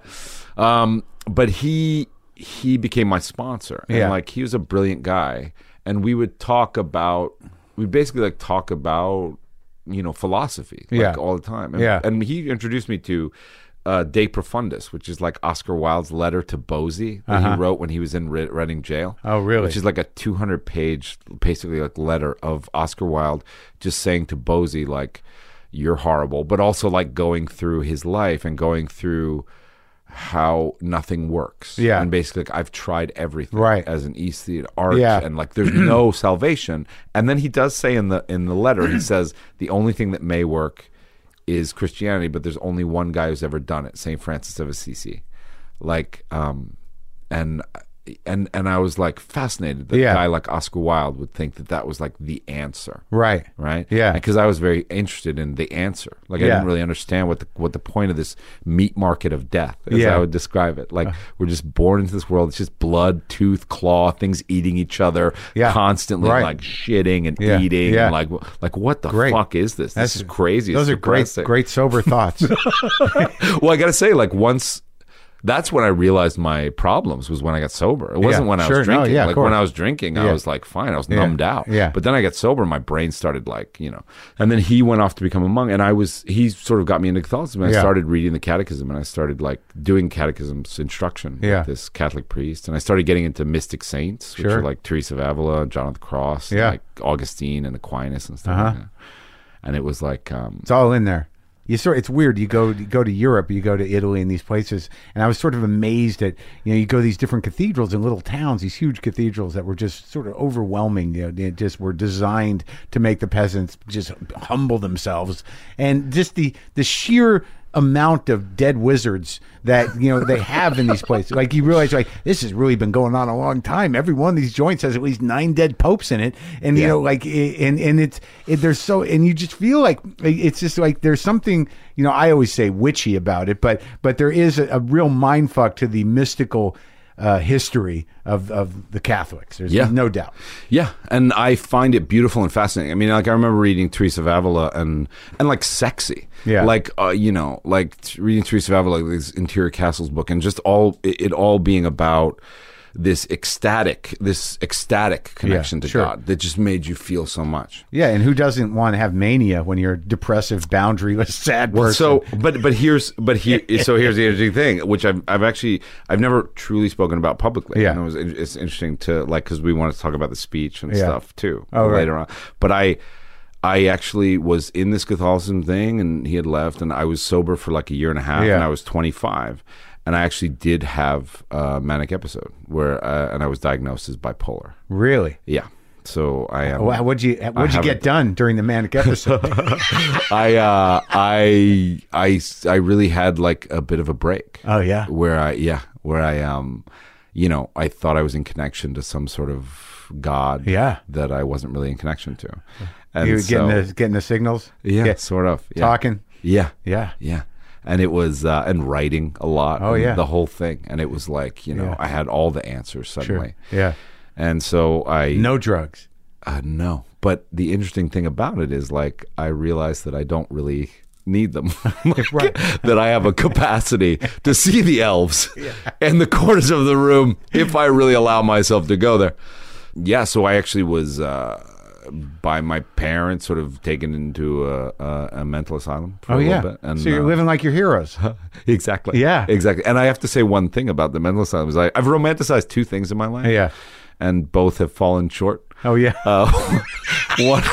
yeah. Um, but he he became my sponsor, and Yeah. like he was a brilliant guy, and we would talk about we basically like talk about you know philosophy like Yeah. all the time. And, Yeah. and he introduced me to. Uh, De Profundis, which is like Oscar Wilde's letter to Bosie that he wrote when he was in Re- Reading jail. Uh-huh. Oh, really? Which is like a 200 page, basically like letter of Oscar Wilde just saying to Bosie, like, you're horrible, but also like going through his life and going through how nothing works. Yeah. And basically, like, I've tried everything Right. as an E aesthete, art, Yeah. and like there's no salvation. And then he does say in the in the letter, he says, the only thing that may work is Christianity, but there's only one guy who's ever done it, Saint Francis of Assisi. Like, um, and and and I was like fascinated that Yeah. a guy like Oscar Wilde would think that that was like the answer, Right. right? Yeah. because I was very interested in the answer. Like I Yeah. didn't really understand what the what the point of this meat market of death, as Yeah. Uh-huh. I would describe it. Like we're just born into this world. It's just blood, tooth, claw, things eating each other Yeah. constantly, Right. like shitting and Yeah. eating, Yeah. and like w- like what the Great. fuck is this? That's- this is crazy. Those It's are great, depressing great sober thoughts. well, I gotta say, like once that's when I realized my problems was when I got sober. It wasn't Yeah, when I sure, was no, drinking. yeah, of like when course. I was drinking, I was like fine. I was numbed out. yeah. But then I got sober, my brain started like, you know. And then he went off to become a monk and I was he sort of got me into Catholicism. I Yeah. started reading the catechism and I started like doing catechism's instruction Yeah. with this Catholic priest. And I started getting into mystic saints, which Sure. are like Teresa of Avila and John of the Cross, Yeah. Uh-huh. and like Augustine and Aquinas and stuff like that. And it was like um, It's all in there. You sort it's weird. You go you go to Europe, you go to Italy and these places, and I was sort of amazed at you know you go to these different cathedrals in little towns, these huge cathedrals that were just sort of overwhelming. You know, they just were designed to make the peasants just humble themselves, and just the the sheer amount of dead wizards that you know they have in these places. Like you realize, like this has really been going on a long time. Every one of these joints has at least nine dead popes in it, and you know, like, i- and and it's it, there's so, and you just feel like it's just like there's something. You know, I always say witchy about it, but but there is a, a real mind fuck to the mystical. Uh, history of, of the Catholics. There's Yeah. no doubt. Yeah, and I find it beautiful and fascinating. I mean, like I remember reading Teresa of Avila and and like sexy. Yeah. Like uh, you know, like t- reading Teresa of Avila, like this interior castles book, and just all it, it all being about this ecstatic, this ecstatic connection to sure. God that just made you feel so much. Yeah, and who doesn't want to have mania when you're a depressive, boundaryless, sad person? So, but but here's but here so here's the interesting thing, which I've I've actually I've never truly spoken about publicly. Yeah. and it was in- it's interesting to like because we want to talk about the speech and Yeah. stuff too Oh, right. later on. But I I actually was in this Catholicism thing, and he had left, and I was sober for like a year and a half, Yeah. and I was 25. And I actually did have a manic episode where, uh, and I was diagnosed as bipolar. really, Yeah, so I um, am. Well, what'd you what'd you haven't- get done during the manic episode? I uh, I I I really had like a bit of a break. Oh, yeah? where I yeah where I um, you know, I thought I was in connection to some sort of god. Yeah. that I wasn't really in connection to. And you were so- getting the getting the signals. yeah, Get- sort of yeah. talking. Yeah, Yeah. yeah. And it was uh, and writing a lot. Oh, and yeah. the whole thing. And it was like you know I had all the answers suddenly. Yeah. And so I No drugs. uh, no, but the interesting thing about it is like I realize that I don't really need them. Like, That I have a capacity to see the elves and the corners of the room if I really allow myself to go there. Yeah, so I actually was uh, by my parents sort of taken into a, a, a mental asylum for Oh a yeah. little bit. And, so you're uh, living like your heroes. Exactly. Yeah. Exactly. And I have to say one thing about the mental asylum is I, I've romanticized two things in my life. Yeah. And both have fallen short. Oh yeah. Uh, one,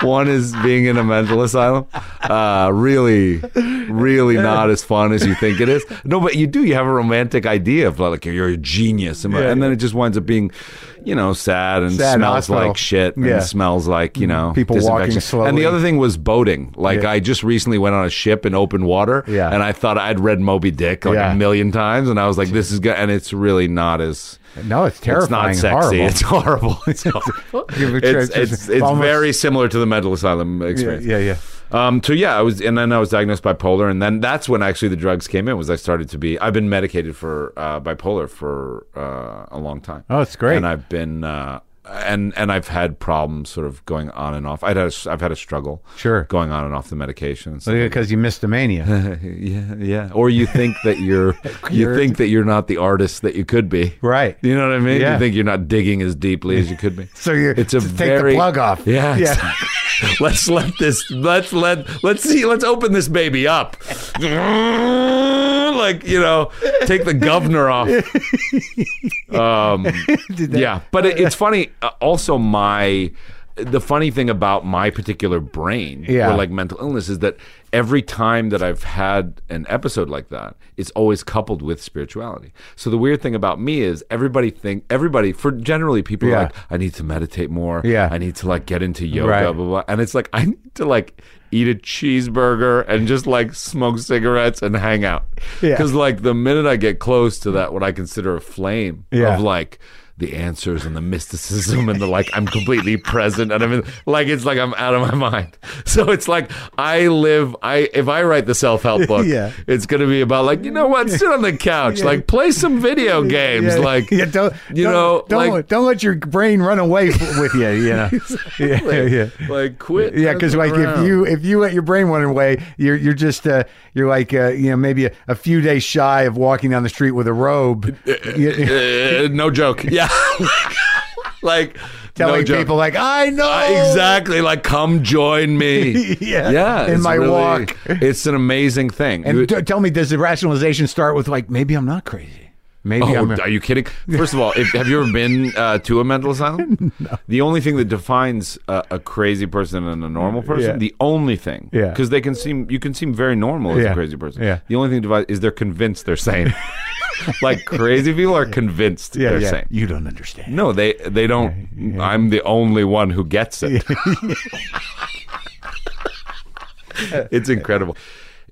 one is being in a mental asylum. Uh, really, really not as fun as you think it is. No, but you do. You have a romantic idea of like you're a genius, and, and then it just winds up being, you know, sad and Sad smells hospital. like shit and Yeah. smells like you know People walking disinfection. And slowly. the other thing was boating. Like I just recently went on a ship in open water, Yeah. and I thought I'd read Moby Dick like Yeah. a million times, and I was like, this is good, and it's really not as. no, it's terrifying. It's not sexy. Horrible. It's horrible. It's, horrible. Give it a it's, try. It's it's, it's almost- very similar to the mental asylum experience. yeah, yeah. Um, so yeah, I was, and then I was diagnosed bipolar, and then that's when actually the drugs came in. Was I started to be? I've been medicated for uh, bipolar for uh, a long time. Oh, that's great. And I've been, uh, and and I've had problems sort of going on and off. I'd had a, I've had a struggle, Sure. going on and off the medication. and stuff. Because you missed the mania. yeah, yeah. Or you think that you're you You're- think that you're not the artist that you could be, Right. You know what I mean? Yeah. You think you're not digging as deeply as you could be. So you it's a to take very, the plug off. Yeah. Yeah. exactly. let's let this. Let's let. Let's see. Let's open this baby up. like you know, take the governor off. Um, yeah, but it, it's funny. Uh, also, my the funny thing about my particular brain Yeah. or like mental illness is that every time that I've had an episode like that, it's always coupled with spirituality. So the weird thing about me is everybody think everybody for generally people Yeah. are like I need to meditate more. Yeah. I need to like get into yoga. Right. Blah blah blah. And it's like I need to like eat a cheeseburger and just like smoke cigarettes and hang out. Yeah. Because like the minute I get close to that, what I consider a flame Yeah. of like the answers and the mysticism and the like I'm completely present and I'm in, like it's like I'm out of my mind. So it's like I live I if I write the self-help book, Yeah. it's going to be about like you know what, sit on the couch, like play some video games, Yeah, like yeah, don't, you don't- know, don't, like- don't let your brain run away f- with you. You know, yeah, yeah. like quit. Yeah, because like messing if around. you if you let your brain run away, you're you're just uh, you're like uh, you know maybe a, a few days shy of walking down the street with a robe, You- Uh, no joke. Yeah. like telling no joke. people like I know Uh, exactly like come join me. Oh. Yeah, in it's my walk. It's an amazing thing. You- And t- tell me, does the rationalization start with like maybe I'm not crazy? Maybe Oh, I'm. are you kidding? First of all, if, have you ever been uh, to a mental asylum? The only thing that defines uh, a crazy person and a normal person, Yeah. the only thing, Yeah. because they can seem you can seem very normal as Yeah. a crazy person. Yeah. The only thing that divides is they're convinced they're sane. like crazy people are convinced yeah, they're yeah. sane. You don't understand. No, they they don't. I'm the only one who gets it. it's incredible.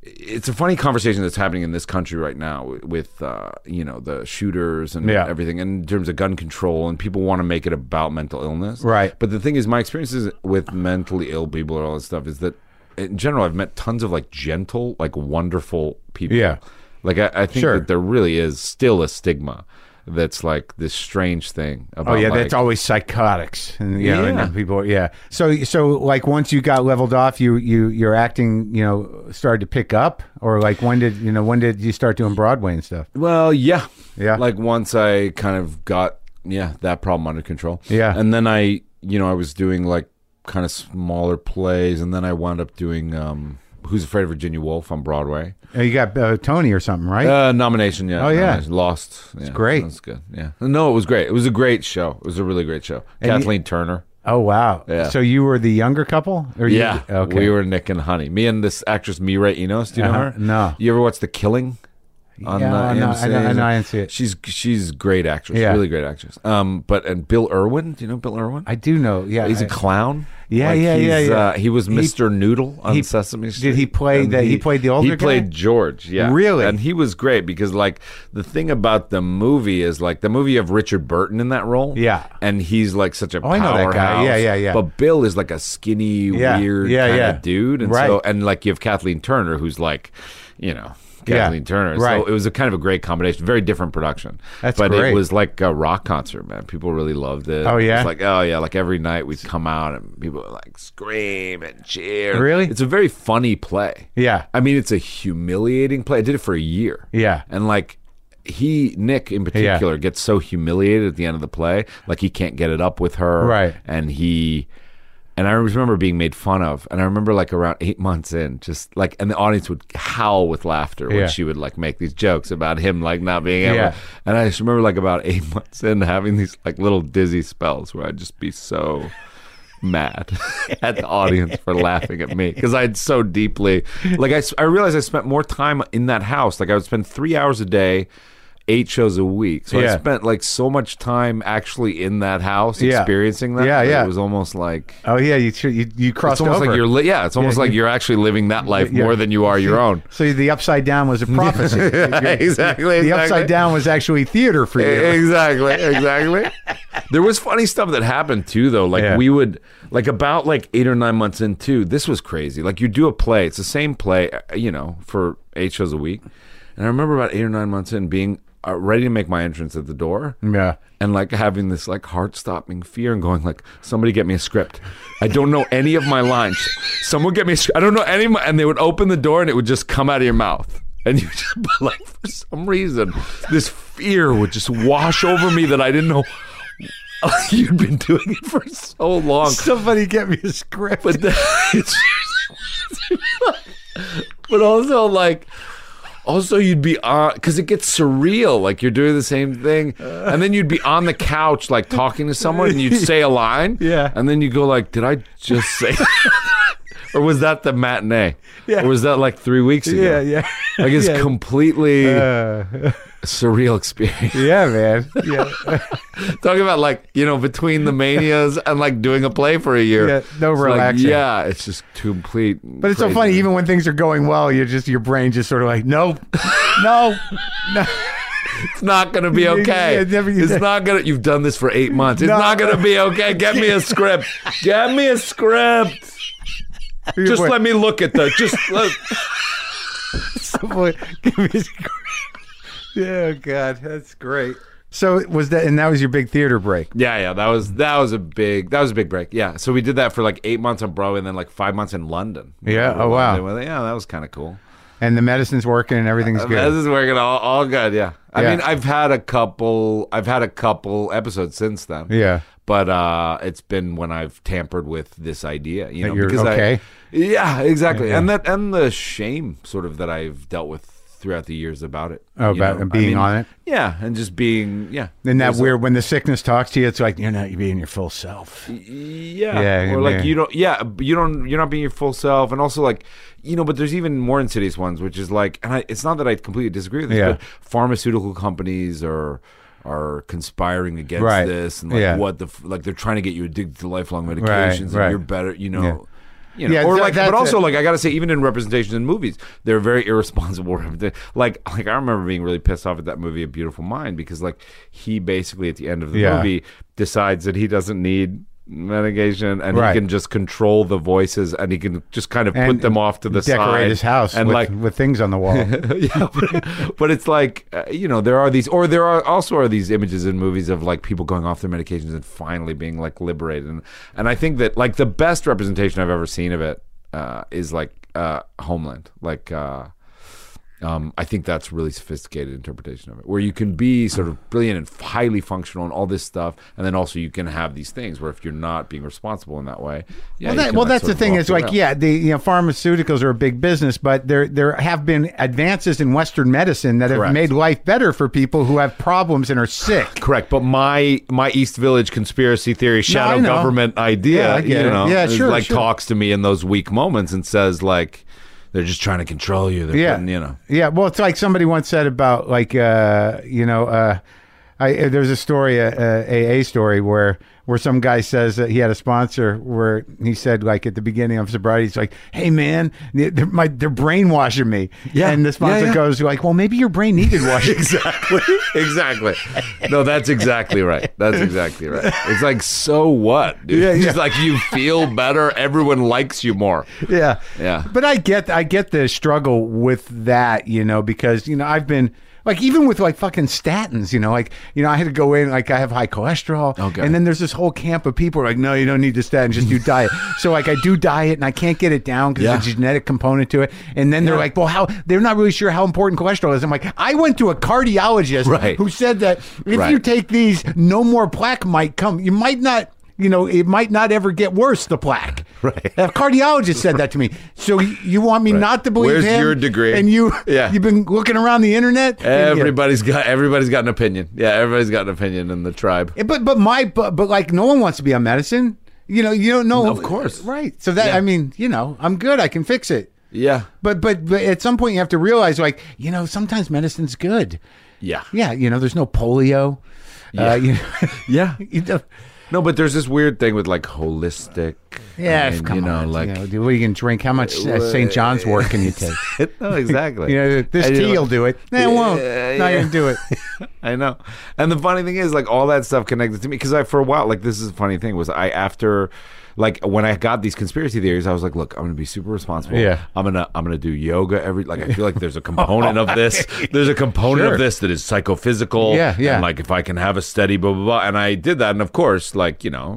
It's a funny conversation that's happening in this country right now with uh, you know the shooters and Yeah. everything in terms of gun control and people want to make it about mental illness. Right. But the thing is, my experiences with mentally ill people and all that stuff is that in general, I've met tons of like gentle, like wonderful people. Yeah. Like I, I think Sure. that there really is still a stigma that's like this strange thing Oh about. yeah, like, that's always psychotics, and you know, and Yeah. then people. Yeah, so so like once you got leveled off, you you your acting, you know, started to pick up, or like when did you know when did you start doing Broadway and stuff? Well, yeah, Yeah. Like once I kind of got yeah that problem under control. Yeah. and then I you know I was doing like kind of smaller plays, and then I wound up doing um, Who's Afraid of Virginia Woolf on Broadway. Uh, You got uh, Tony or something, right? Uh, nomination, yeah. Oh, yeah. nomination. lost. It's great. That's good. Yeah, no, it was great. It was a great show. It was a really great show. you- Kathleen Turner. oh wow! Yeah. So you were the younger couple, or you- Yeah, okay. we were Nick and Honey. Me and this actress Mira Enos. Do you know Uh-huh. her? No. You ever watch The Killing? On Yeah, uh, no, I AMC? don't- I know, I didn't see it. She's she's a great actress. Yeah. really great actress. Um, but and Bill Irwin. Do you know Bill Irwin? I do know. Yeah, he's a I- clown. Yeah, yeah, he's, yeah, yeah. Uh, he was Mr. Noodle on Sesame Street. he play and the- he played the older He played guy? George. Yeah, Really? And he was great because like the thing about the movie is like the movie of Richard Burton in that role. Yeah. Oh, and he's like such a I know that guy. powerhouse. Yeah, yeah, yeah. But Bill is like a skinny, Yeah, weird yeah, kind yeah. of dude, and Right. so and like you have Kathleen Turner, who's like, you know. Yeah, Kathleen Turner. right. So it was a kind of a great combination, very different production. That's but great. it was like a rock concert, man. People really loved it. Oh, It was yeah? like oh yeah, like every night we'd come out and people would like scream and cheer. Really? It's a very funny play. Yeah. I mean, it's a humiliating play. I did it for a year. Yeah. And like he Nick in particular gets so humiliated at the end of the play, like he can't get it up with her. Right. And he and I remember being made fun of. And I remember like around eight months in, just like and the audience would howl with laughter when Yeah. she would like make these jokes about him like not being able Yeah. and I just remember like about eight months in having these like little dizzy spells where I'd just be so mad at the audience for laughing at me because I'd so deeply like I, s- I realized I spent more time in that house like I would spend three hours a day eight shows a week so Yeah. I spent like so much time actually in that house Yeah. experiencing that Yeah, that yeah. it was almost like Oh yeah, you tr- you you crossed it's almost over. like you're li- yeah it's almost like you're actually living that life Yeah. more than you are your own so the upside down was a prophecy. exactly, The exactly. Eh, upside down was actually theater for you. E-, Exactly, exactly. there was funny stuff that happened too, though. Like Yeah. we would, like about like eight or nine months into this was crazy. Like you do a play, it's the same play, uh, you know, for eight shows a week. And I remember about eight or nine months in being uh, ready to make my entrance at the door. Yeah. And like having this like heart-stopping fear and going like, somebody get me a script. I don't know any of my lines. Someone get me. A script. I don't know any. Of my, and they would open the door and it would just come out of your mouth. And you just but, like for some reason, this fear would just wash over me that I didn't know. You'd been doing it for so long. Somebody get me a script. But then, it's, but also like also you'd be on because it gets surreal like you're doing the same thing and then you'd be on the couch like talking to someone and you'd say a line Yeah. and then you go like did i just say or was that the matinee Yeah. or was that like three weeks ago yeah, yeah. like it's yeah. completely Uh, surreal experience yeah, man. Yeah. talking about like you know between the manias and like doing a play for a year Yeah, no It's like, relaxing. yeah it's just complete But it's so funny, even when things are going well, you're just your brain just sort of like, nope, no, no, It's not gonna be Yeah, okay. yeah, never- it's not gonna. You've done this for eight months. It's No. not gonna be okay. Get me a script. Get me a script. Just let me look at the. Just let, Boy, give me a sc- yeah, oh, God, that's great. So was that, and that was your big theater break. yeah, yeah. That was that was a big that was a big break. Yeah. So we did that for like eight months on Broadway, and then like five months in London. Yeah, We oh, were wow. London with it. Yeah, that was kind of cool. And the medicine's working and everything's This good. is working all, all good. Yeah. I Yeah. mean, I've had a couple. I've had a couple episodes since then. Yeah. But uh, it's been when I've tampered with this idea, you That know, you're because okay? I, yeah, exactly, and that and the shame sort of that I've dealt with throughout the years about it, Oh, you about know? I being mean, on it? yeah, and just being, yeah, Then that There's a- weird when the sickness talks to you, it's like you're not you're being your full self. yeah, Yeah, or like yeah. you don't, yeah, but you don't, you're not being your full self, and also like, you know, but there's even more insidious ones, which is like, and I, it's not that I completely disagree with this, Yeah. but pharmaceutical companies are are conspiring against Right. this, and like Yeah. what the f- like they're trying to get you addicted to lifelong medications, and right. you're better, you know. Yeah. You know, Yeah, or that- like, that's but also it. like, I gotta say, even in representations in movies, they're very irresponsible. represent- Like, like I remember being really pissed off at that movie, A Beautiful Mind, because like he basically at the end of the Yeah. movie decides that he doesn't need medication and Right. he can just control the voices and he can just kind of And put them off to the Decorate side his house and with, like with things on the wall. yeah, but, but it's like uh, you know there are these or there are also are these images in movies of like people going off their medications and finally being like liberated and, and i think that like the best representation i've ever seen of it uh, is like uh, homeland like uh, um, I think that's really sophisticated interpretation of it, where you can be sort of brilliant and highly functional and all this stuff, and then also you can have these things where if you're not being responsible in that way, yeah, Well, you that, can, well, like, that's sort the of thing. walk It's the like, route. yeah, the you know, pharmaceuticals are a big business, but there there have been advances in Western medicine that have Correct. made life better for people who have problems and are sick. Correct, but my my East Village conspiracy theory shadow know. government idea, Yeah, I get you it. know, Yeah, is, sure, like sure. talks to me in those weak moments and says like they're just trying to control you. They're Yeah, putting, you know. Yeah, well, it's like somebody once said about like uh, you know, uh, I, uh, there's a story, a, a AA story where where some guy says that he had a sponsor where he said like at the beginning of sobriety, he's like, "Hey man, they- they're, my, they're brainwashing me," Yeah. and the sponsor Yeah, yeah. goes like, "Well, maybe your brain needed washing." Exactly. exactly. No, that's exactly right. That's exactly right. It's like so what, dude? Yeah, It's just yeah. like you feel better. Everyone likes you more. yeah Yeah. but i get i get the struggle with that you know because you know i've been like even with like fucking statins you know like you know i had to go in like i have high cholesterol Okay. and then there's this whole camp of people who are like no you don't need the statin just do diet so like i do diet and i can't get it down because Yeah. there's a genetic component to it and then they're like well how they're not really sure how important cholesterol is i'm like i went to a cardiologist Right. who said that if Right. you take these no more plaque might come you might not you know, it might not ever get worse, the plaque. Right. A cardiologist said that to me. So y- you want me not to believe Where's him? your degree? And you, Yeah. you've been looking around the internet. And, yeah. Everybody's got everybody's got an opinion. Yeah, everybody's got an opinion in the tribe. Eh, But but my but, but like no one wants to be on medicine. You know you don't know. Of course. right? So that I mean you know I'm good. I can fix it. Yeah. But but but at some point you have to realize like you know sometimes medicine's good. Yeah. Yeah, you know there's no polio. Uh, you know, Yeah. you don't- No, but there's this weird thing with like holistic sick. Yeah, I if- mean, come you know, on. like you know, dude, what are you can drink? How much uh, St. John's wort can you take? no, exactly. You know, this And you're tea like- will do it. No, it won't. Yeah, No, yeah. you can do it. I know. And the funny thing is, like, all that stuff connected to me because I, for a while, like, this is a funny thing was I, after, like, when I got these conspiracy theories, I was like, look, I'm going to be super responsible. Yeah. I'm going to, I'm going to do yoga every, like, I feel like there's a component of this. There's a component Sure. of this that is psychophysical. Yeah, yeah. And, like, if I can have a steady blah, blah, blah. And I did that. And of course, like, you know,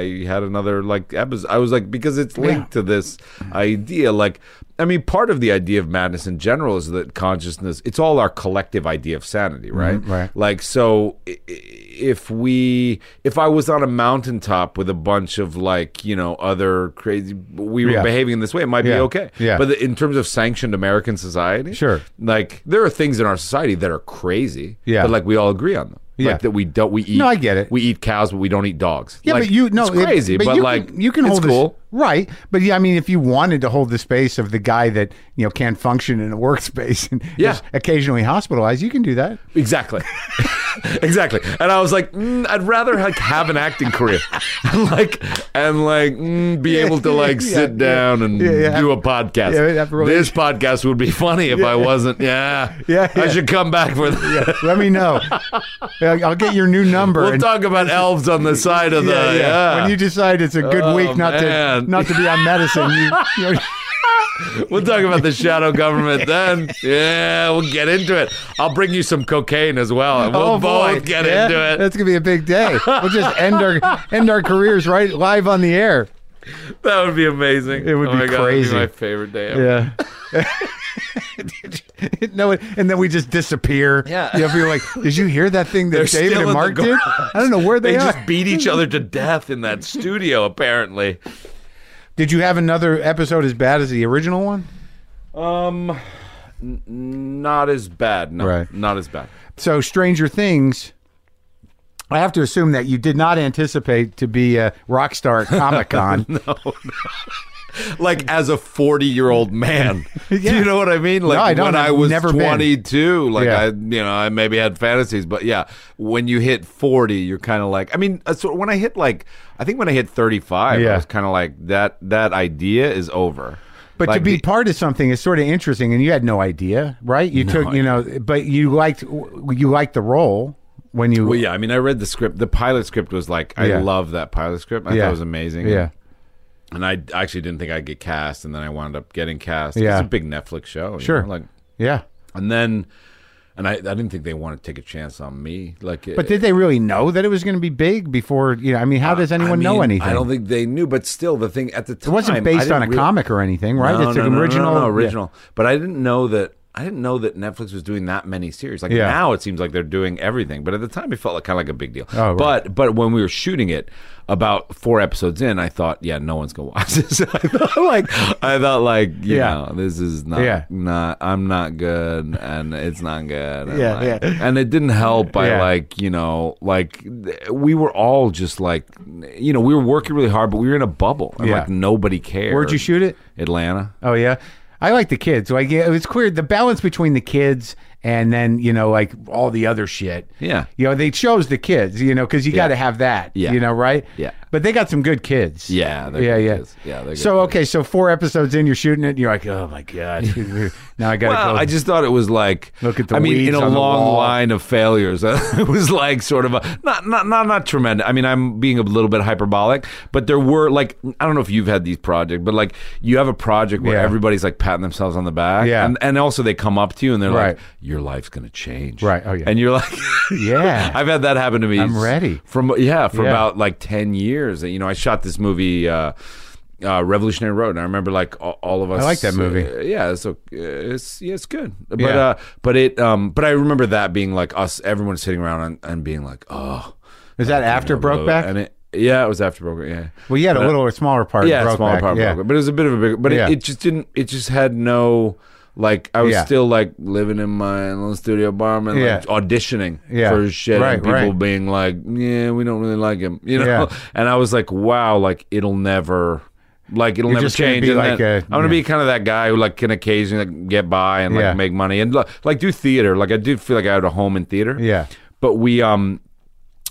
I had another, like, episode. I was like, because it's linked to this idea, like, I mean, part of the idea of madness in general is that consciousness, it's all our collective idea of sanity, right? Mm-hmm. right. Like so i- i- if we if I was on a mountaintop with a bunch of like, you know, other crazy we were Yeah. behaving in this way, it might be Yeah. okay. Yeah. But in terms of sanctioned American society, Sure. Like there are things in our society that are crazy. Yeah. But like we all agree on them. Yeah. Like that we don't we eat No, I get it. We eat cows but we don't eat dogs. Yeah, Like, but you no, it's crazy, it, but, you like can, you can it's hold cool. this, right. But yeah, I mean, if you wanted to hold the space of the guy that you know can't function in a workspace and Yeah. is occasionally hospitalized, you can do that. Exactly. exactly. And I was like, mm, I'd rather like have an acting career, and like and like mm, be able to like yeah, sit yeah. down and Yeah, yeah. do a podcast. Yeah, that really- This podcast would be funny if I wasn't. Yeah, Yeah, yeah. I should come back for that. Let me know. Yeah, I'll get your new number. We'll and- talk about elves on the side of the. Yeah, When you decide it's a good Oh, week not man. to not to be on medicine, you, you know, We'll talk about the shadow government then. Yeah, we'll get into it. I'll bring you some cocaine as well, and we'll oh boy, both get yeah, into it. That's gonna be a big day. We'll just end our end our careers right live on the air. That would be amazing. It would Oh be my God, that'd crazy. my favorite day ever. Yeah. no, and then we just disappear. Yeah. You know, people are like, did you hear that thing that They're David still in and the Mark gar- did? I don't know where they, They are. just beat each other to death in that studio, apparently. Did you have another episode as bad as the original one? Um, n- not as bad. No, Right. not as bad. So, Stranger Things. I have to assume that you did not anticipate to be a rock star at Comic Con. Like as a forty-year-old man, do Yeah. you know what I mean? Like No, I don't. when I I've was never been. twenty-two, like Yeah. I, you know, I maybe had fantasies, but yeah, when you hit forty, you're kind of like. I mean, uh, so when I hit like, I think when I hit thirty-five, Yeah. I was kind of like that. That idea is over. But to Like be the- part of something is sort of interesting, and you had no idea, right? You took, you know, but you liked you liked the role when you. well, yeah. I mean, I read the script. The pilot script was like, I Yeah. love that pilot script. I thought it was amazing. Yeah, and I actually didn't think I'd get cast, and then I wound up getting cast. Yeah. It's a big Netflix show. you Sure. know, Like, yeah. and then, and I, I didn't think they wanted to take a chance on me. Like, But did they really know that it was going to be big before? You know, I mean, how does anyone know anything? I don't think they knew. But still, the thing at the time it wasn't I based didn't on a real- comic or anything, right? No, it's no, an no, no, original. no, no, yeah. original. But I didn't know that. I didn't know that Netflix was doing that many series. Like Yeah. now, it seems like they're doing everything. But at the time, it felt like kind of like a big deal. Oh, right. But but when we were shooting it, about four episodes in, I thought, yeah, no one's gonna watch this. I thought like I thought like you Yeah. know, this is not Yeah. not I'm not good and it's not good. And Yeah, like- yeah. And it didn't help by Yeah. like you know like th- we were all just like you know we were working really hard, but we were in a bubble and Yeah. like nobody cared. Where'd you shoot it? Atlanta. Oh yeah, I like the kids. Like yeah, it was weird. The balance between the kids and then you know like all the other shit. Yeah. you know they chose the kids. You know because you got to have that. Yeah. you know right. Yeah. but they got some good kids. Yeah, they're yeah, good yeah, kids. Yeah, they're So good okay, so four episodes in, you're shooting it, and you're like, oh my god, now I got to Well, go. I just thought it was like Look at the I mean, weeds in a on the long wall. line of failures, it was like sort of a not not not not tremendous. I mean, I'm being a little bit hyperbolic, but there were like I don't know if you've had these projects, but like you have a project where Yeah. everybody's like patting themselves on the back, Yeah. and and also they come up to you and they're Right. like, "Your life's gonna change," Right, oh, yeah. and you're like. yeah, I've had that happen to me. I'm ready. From yeah, for Yeah. about like ten years. You know, I shot this movie, uh, uh, Revolutionary Road, and I remember like a- all of us. I like that movie. uh, yeah, so it's yeah, it's good. But Yeah. uh, but it um, but I remember that being like us, everyone sitting around and, and being like, oh, Is that after Brokeback? and it. Yeah, it was after Brokeback. Yeah, well, you had a little or smaller part. in yeah, Brokeback, smaller part, of yeah. Brokeback, but it was a bit of a bigger. But Yeah. it, it just didn't. It just had no. Like I was Yeah. still like living in my little studio apartment, like Yeah. auditioning Yeah. for shit, Right, and people right. being like, "Yeah, we don't really like him," you know. Yeah. And I was like, "Wow, like it'll never, like it'll never just gonna change." be And like then a- I'm gonna yeah. be kind of that guy who like can occasionally like, get by and like Yeah. make money and like do theater. Like I do feel like I had a home in theater. Yeah. But we um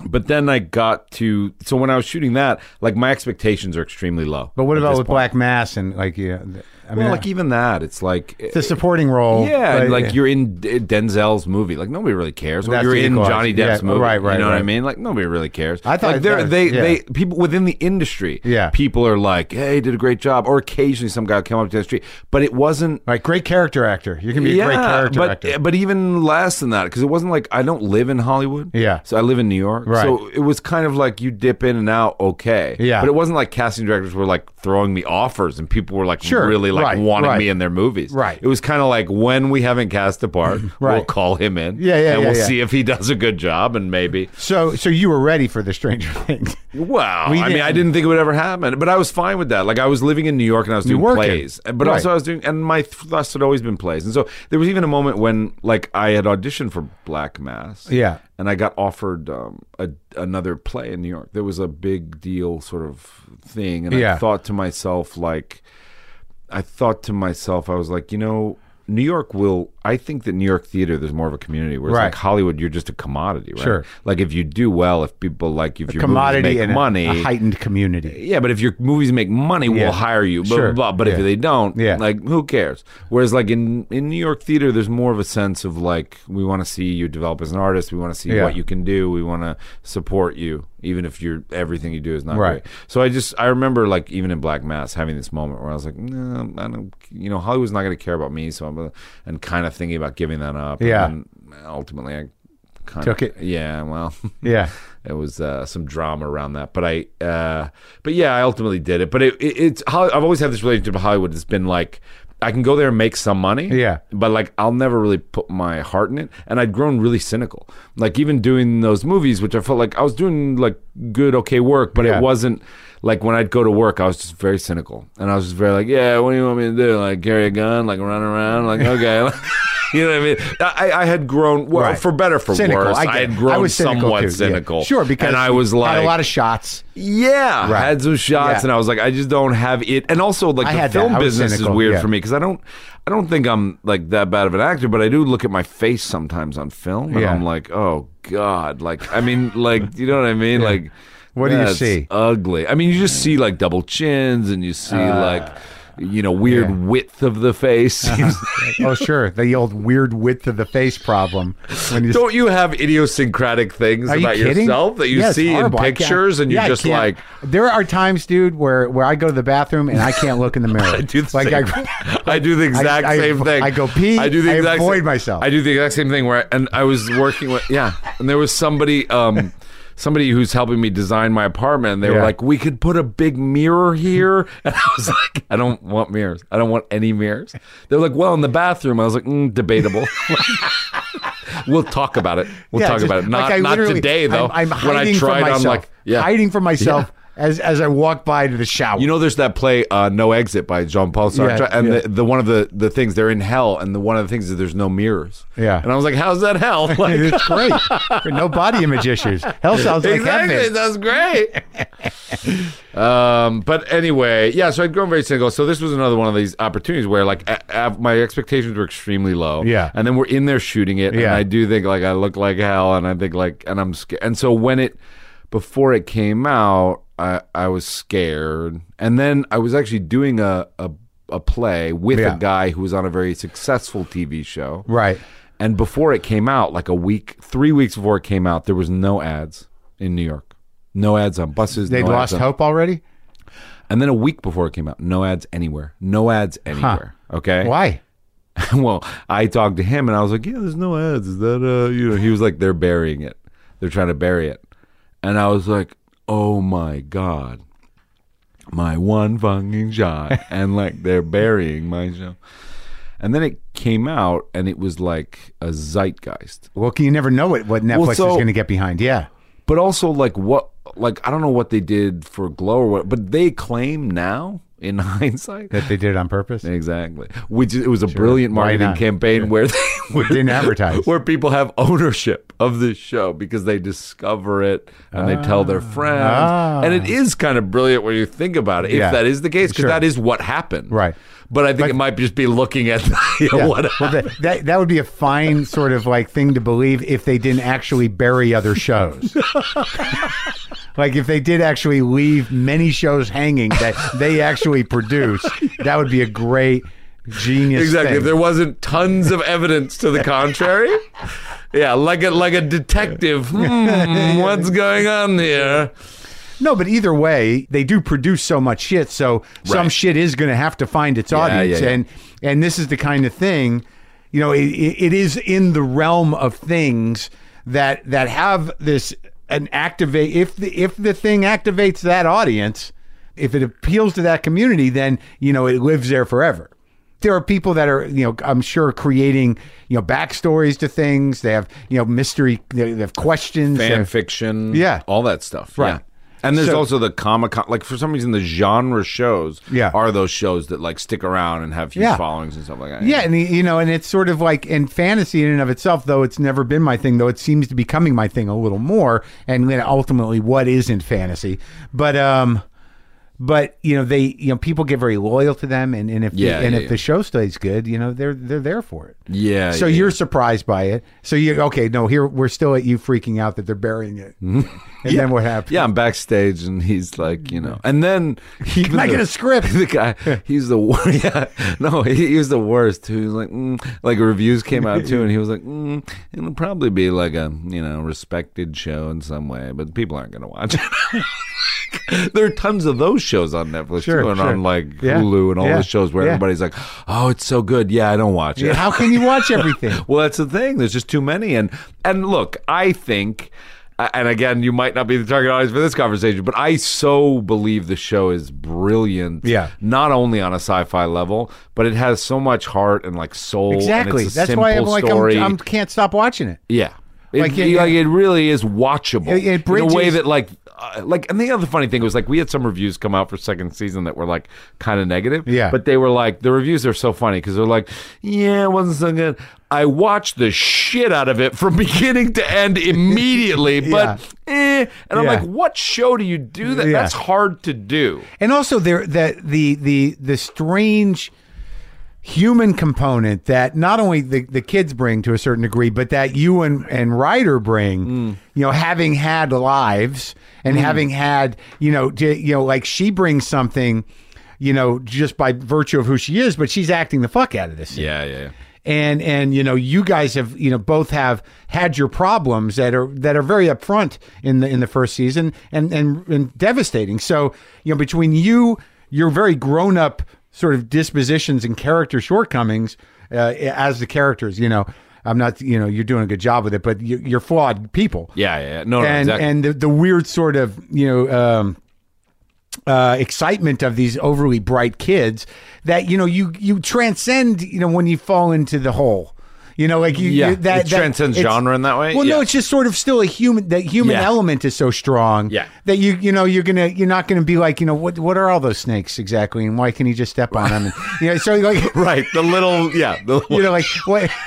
but then I got to so when I was shooting that, like my expectations are extremely low. But what at about this with point. Black Mass and like yeah, th- I mean Well, like even that, it's like eh, the supporting role. yeah, but- like you're in D- Denzel's movie. Like nobody really cares. Or That's you're the in equalizer. Johnny Depp's Yeah, movie. right, right, You know what I right. mean? Like nobody really cares. I thought like they're- that- they yeah. they people within the industry. Yeah. people are like, hey, did a great job. Or occasionally some guy will come up to the street, but it wasn't. Right, great character actor. You can be a great character but, actor. But even less than that, because it wasn't like I don't live in Hollywood. Yeah. So I live in New York. Right. So it was kind of like you dip in and out, okay. Yeah. But it wasn't like casting directors were like throwing me offers and people were like Sure. really like Right, wanting right. me in their movies. Right. It was kind of like when we haven't cast a part, we'll Right. call him in. Yeah, yeah, And yeah, we'll yeah. see if he does a good job and maybe. so so you were ready for the Stranger Things. Well, We I mean, I didn't- didn't think it would ever happen, but I was fine with that. Like, I was living in New York and I was doing working. plays, but Right. also I was doing, and my thrust had always been plays. And so there was even a moment when, like, I had auditioned for Black Mass, Yeah. and I got offered um, a, another play in New York. There was a big deal sort of thing, and Yeah. I thought to myself, like, I thought to myself, I was like, you know. New York will. I think that New York theater, there's more of a community. Whereas Right. like Hollywood, you're just a commodity, right? Sure. Like if you do well, if people like you, if your movies Commodity make and a- money, a, heightened community. yeah, but if your movies make money, Yeah. we'll hire you. Blah, Sure. blah, blah. But Yeah. if they don't, Yeah. like who cares? Whereas like in in New York theater, there's more of a sense of like we want to see you develop as an artist. We want to see Yeah. what you can do. We want to support you, even if you're everything you do is not Right. great. So I just I remember like even in Black Mass having this moment where I was like, no, I don't. You know, Hollywood's not going to care about me. So I'm gonna, and kind of thinking about giving that up. Yeah. And then ultimately, I kind Took of it. Yeah. Well. Yeah. It was uh, some drama around that, but I, uh, but yeah, I ultimately did it. But it, it, it's Hol- I've always had this relationship with Hollywood. It's been like I can go there and make some money, Yeah. but like I'll never really put my heart in it. And I'd grown really cynical, like even doing those movies, which I felt like I was doing like good, okay work, but Yeah. it wasn't like when I'd go to work, I was just very cynical, and I was just very like, yeah, what do you want me to do? Like carry a gun, like run around, like okay. You know what I mean? I, I had grown well, Right. for better for cynical. worse. I, get I, it. had grown I was cynical somewhat too, yeah. cynical. Sure, because and I was you like, had a lot of shots. yeah, Right. had some shots, Yeah. and I was like, I just don't have it. And also, like I the had that. film I was business cynical, is weird yeah. for me because I don't, I don't think I'm like that bad of an actor, but I do look at my face sometimes on film, and Yeah. I'm like, oh god, like I mean, like you know what I mean, like. What do you that's see? Ugly. I mean, you just see like double chins, and you see like, you know, weird Uh, yeah. width of the face. oh, sure. The old weird width of the face problem. When you Don't you have idiosyncratic things Are you about kidding? yourself that you Yeah, it's see in horrible. I can't- pictures and yeah, I you're just can't- like, There are times, dude, where where I go to the bathroom and I can't look in the mirror. I do the like same. I, I do the exact I- same thing. I go pee, I avoid same, myself. I do the exact same thing where, I, and I was working with, yeah, and there was somebody, um, somebody who's helping me design my apartment. And they were Yeah. like, "We could put a big mirror here," and I was like, "I don't want mirrors. I don't want any mirrors." They're like, "Well, in the bathroom." I was like, mm, "Debatable." We'll talk about it. We'll Yeah, talk just- about it. Not, like I not literally- today though. I'm, I'm when hiding I tried, from myself. I'm like, yeah. hiding from myself as as I walk by to the shower. You know, there's that play uh, "No Exit" by Jean Paul Sartre, Yeah, and yeah. The, the one of the the things they're in hell, and the one of the things is there's no mirrors. Yeah. and I was like, "How's that hell?" Like, it's great. no body image issues. Hell sounds like exactly, heaven. that's great. um, but anyway, yeah. So I'd grown very single. So this was another one of these opportunities where like a- a- my expectations were extremely low. Yeah. and then we're in there shooting it, and Yeah. I do think like I look like hell, and I think like, and I'm scared. And so when it before it came out, I I was scared, and then I was actually doing a a, a play with Yeah. a guy who was on a very successful TV show, Right. and before it came out, like a week, three weeks before it came out, there was no ads in New York. No ads on buses. They'd no lost ads on- hope already? And then a week before it came out, no ads anywhere. No ads anywhere. Okay. Why? well, I talked to him and I was like, "Yeah, there's no ads. Is that uh, you know?" He was like, "They're burying it. They're trying to bury it." And I was like, "Oh my god, my one fucking shot!" and like, they're burying my show. And then it came out, and it was like a zeitgeist. Well, can you never know what, what Netflix is so- going to get behind. Yeah. but also like what like i don't know what they did for glow or what but they claim now in hindsight That they did it on purpose. exactly which is- it was a brilliant Why marketing not? campaign where they It didn't advertise. where people have ownership of this show because they discover it and they tell their friends. Ah. And it is kind of brilliant when you think about it, if Yeah. that is the case, because Sure. that is what happened. Right. But I think it might just be looking at you know, Yeah. what Well, that, that that would be a fine sort of like thing to believe if they didn't actually bury other shows. like if they did actually leave many shows hanging that they actually produced, that would be a great genius. Exactly. thing. If there wasn't tons of evidence to the contrary, yeah, like a like a detective. Hmm, what's going on here? No, but either way, they do produce so much shit, so some Right. shit is going to have to find its audience, yeah, yeah. and and this is the kind of thing, you know, it, it it is in the realm of things that that have this an activate. If the if the thing activates that audience, if it appeals to that community, then you know it lives there forever. There are people that are, you know, I'm sure creating, you know, backstories to things. They have, you know, mystery. They they have questions. they fan have- fiction, Yeah. all that stuff, Right. Yeah. And there's So- also the comic con. Like for some reason, the genre shows Yeah. are those shows that like stick around and have huge Yeah. followings and stuff like that. Yeah, and you know, and it's sort of like in fantasy in and of itself, though it's never been my thing, though it seems to be becoming my thing a little more. And then ultimately, what isn't fantasy? But um, but you know, they you know people get very loyal to them, and, and if Yeah, the, and yeah, if yeah. the show stays good, you know, they're they're there for it. yeah. So yeah, you're surprised by it. So you okay? No, here we're still at you freaking out that they're burying it, and then what happens? Yeah, I'm backstage, and he's like, you know, and then he Can I get a script? The guy, he's the worst. Yeah, no, he, he was the worst too. He was like, mm, like reviews came out too, and he was like, mm, it'll probably be like a you know respected show in some way, but people aren't gonna watch it. There are tons of those shows on Netflix Sure, too, and sure. on like Yeah, Hulu and all yeah, those shows where yeah. everybody's like, "Oh, it's so good." Yeah, I don't watch it. How can you watch everything? Well, that's the thing. There's just too many, and and look, I think, a- and again, you might not be the target audience for this conversation, but I so believe the show is brilliant. Yeah. not only on a sci-fi level, but it has so much heart and like soul. and it's Exactly. a That's why I'm simple like story. I'm, I'm can't stop watching it. Yeah. It, Like, like, yeah, it, yeah. like, it really is watchable It- it in bridges- a way that like uh, like and the other funny thing was like we had some reviews come out for second season that were like kind of negative Yeah. but they were like the reviews are so funny because they're like yeah it wasn't so good I watched the shit out of it from beginning to end immediately but eh. and I'm Yeah. like what show do you do that Yeah. that's hard to do and also there that the the the strange human component that not only the, the kids bring to a certain degree but that you and and ryder bring you know having had lives and having had you know j- you know like she brings something you know just by virtue of who she is but she's acting the fuck out of this yeah yeah, yeah. and and you know you guys have you know both have had your problems that are that are very upfront in the in the first season and and, and devastating so you know between you your very grown up sort of dispositions and character shortcomings uh, as the characters you know i'm not you know you're doing a good job with it but you're, you're flawed people Yeah, yeah, yeah. No, no, and exactly. and the, the weird sort of you know um, uh, excitement of these overly bright kids that you know you you transcend you know when you fall into the hole. You know, like you, Yeah, you- that it that- transcends it's- genre in that way? Well, no, Yeah. it's just sort of still a human. That human Yeah. element is so strong. Yeah. that you you know you're gonna you're not gonna be like you know what what are all those snakes exactly and why can he just step on them? And, you know, so like right the little yeah the you know like what.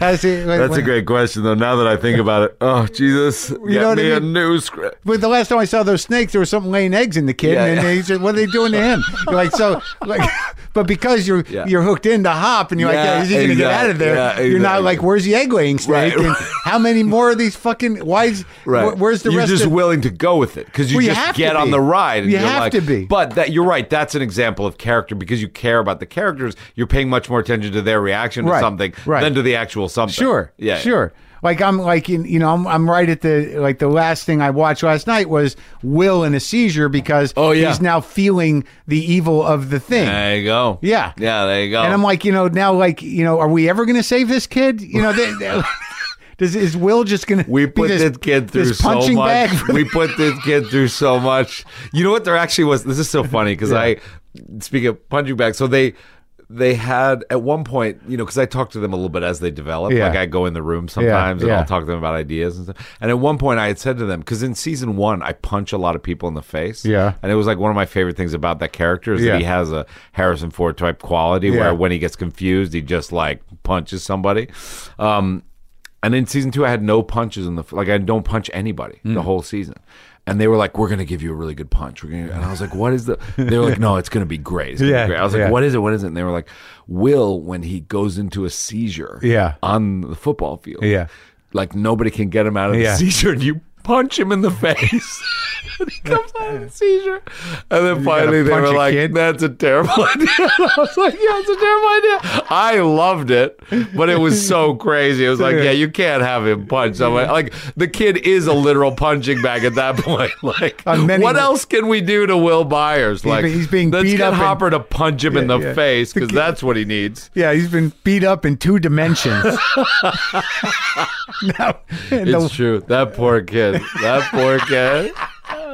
How's it, like, That's what- a great question, though. Now that I think about it, oh Jesus, get know what I me a mean? new script. But the last time I saw those snakes, there was something laying eggs in the kid, Yeah, and yeah. they said, "What are they doing to him?" You're like so, like, but because you're Yeah. you're hooked into hop, and you're like, Yeah, "Yeah, "Is he going to get exact- out of there?" yeah, You're not exactly. like, "Where's the egg laying snake?" Right, And right. how many more of these fucking? Why is wh- where's the you're rest? just of, willing to go with it because you Well, you have just to get on be. the ride. And You you're have like- to be. But that you're right. That's an example of character because you care about the characters. You're paying much more attention to their reaction Right, to something right. than to the actual something. Sure. Yeah. Sure. Like I'm like in you know I'm I'm right at the like the last thing I watched last night was Will in a seizure because Oh, yeah. he's now feeling the evil of the thing. There you go. Yeah. Yeah. There you go. And I'm like, you know, now like, you know, are we ever going to save this kid? You know, they, they- does is Will just going to we put this, this, kid through this so punching much. bag? for- we put this kid through so much. You know what? There actually was. This is so funny because I, speaking of punching bag, so they. they had at one point, you know, because I talk to them a little bit as they develop. Yeah. Like I go in the room sometimes and yeah. I'll talk to them about ideas and stuff. And at one point, I had said to them because in season one, I punch a lot of people in the face. Yeah. and it was like one of my favorite things about that character is Yeah. that he has a Harrison Ford type quality Yeah. where when he gets confused, he just like punches somebody. Um, and in season two, I had no punches in the like. I don't punch anybody Hmm. the whole season. And they were like, "We're gonna give you a really good punch." We're gonna, and I was like, "What is the?" They were like, "No, it's gonna be great." It's gonna be Yeah, great." I was like, yeah. "What is it? What is it?" And they were like, "Will when he goes into a seizure, Yeah. on the football field, Yeah. like nobody can get him out of Yeah. the seizure, and you punch him in the face." and he comes out of the seizure, and then finally they punch were a like, kid? "That's a terrible idea." And I was like, "Yeah, it's a terrible idea." I loved it, but it was so crazy. It was like, "Yeah, you can't have him punch someone." Like the kid is a literal punching bag at that point. Like, On many- what else can we do to Will Byers? Like, he's being let's beat get up and- Hopper to punch him in Yeah, the yeah. face The because kid- that's what he needs. Yeah, he's been beat up in two dimensions. no, and the- It's true. That poor kid. That poor kid.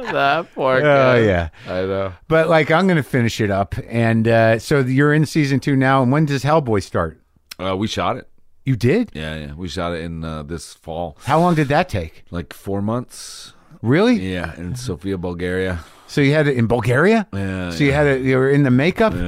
That poor kid. Oh, yeah. I know. but like I'm going to finish it up, and uh, so you're in season two now. And when does Hellboy start? Uh, we shot it. You did? Yeah, yeah. We shot it in uh, this fall, How long did that take? like four months. Really? Yeah, in Sofia, Bulgaria. So you had it in Bulgaria? Oh, Yeah, So you had it. You were in the makeup. but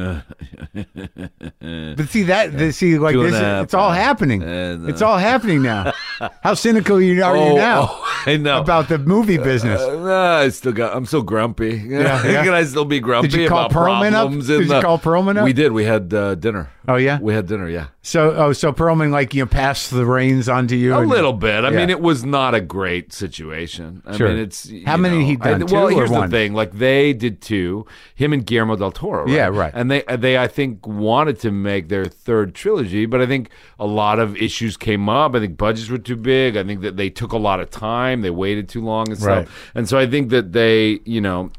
see that. the- See like Two and this. a half It's all happening. And, uh, it's all happening now. How cynical you are you now oh, I know. about the movie business? Uh, nah, I still got. I'm so grumpy. yeah. Can I still be grumpy Did you call about Perlman up? problems? in Did you the- call Perlman up? We did. We had uh, dinner. Oh, yeah? we had dinner. Yeah, so oh, so Perlman like you know, passed the reins onto you a and- little bit. I yeah. mean, it was not a great situation. I Sure. mean, it's you How many know, he done, I- well, two or here's one? the thing: like they did two, him and Guillermo del Toro. Right? Yeah, right. And they they I think wanted to make their third trilogy, but I think a lot of issues came up. I think budgets were too big. I think that they took a lot of time. They waited too long and stuff. Right. And so I think that they, you know,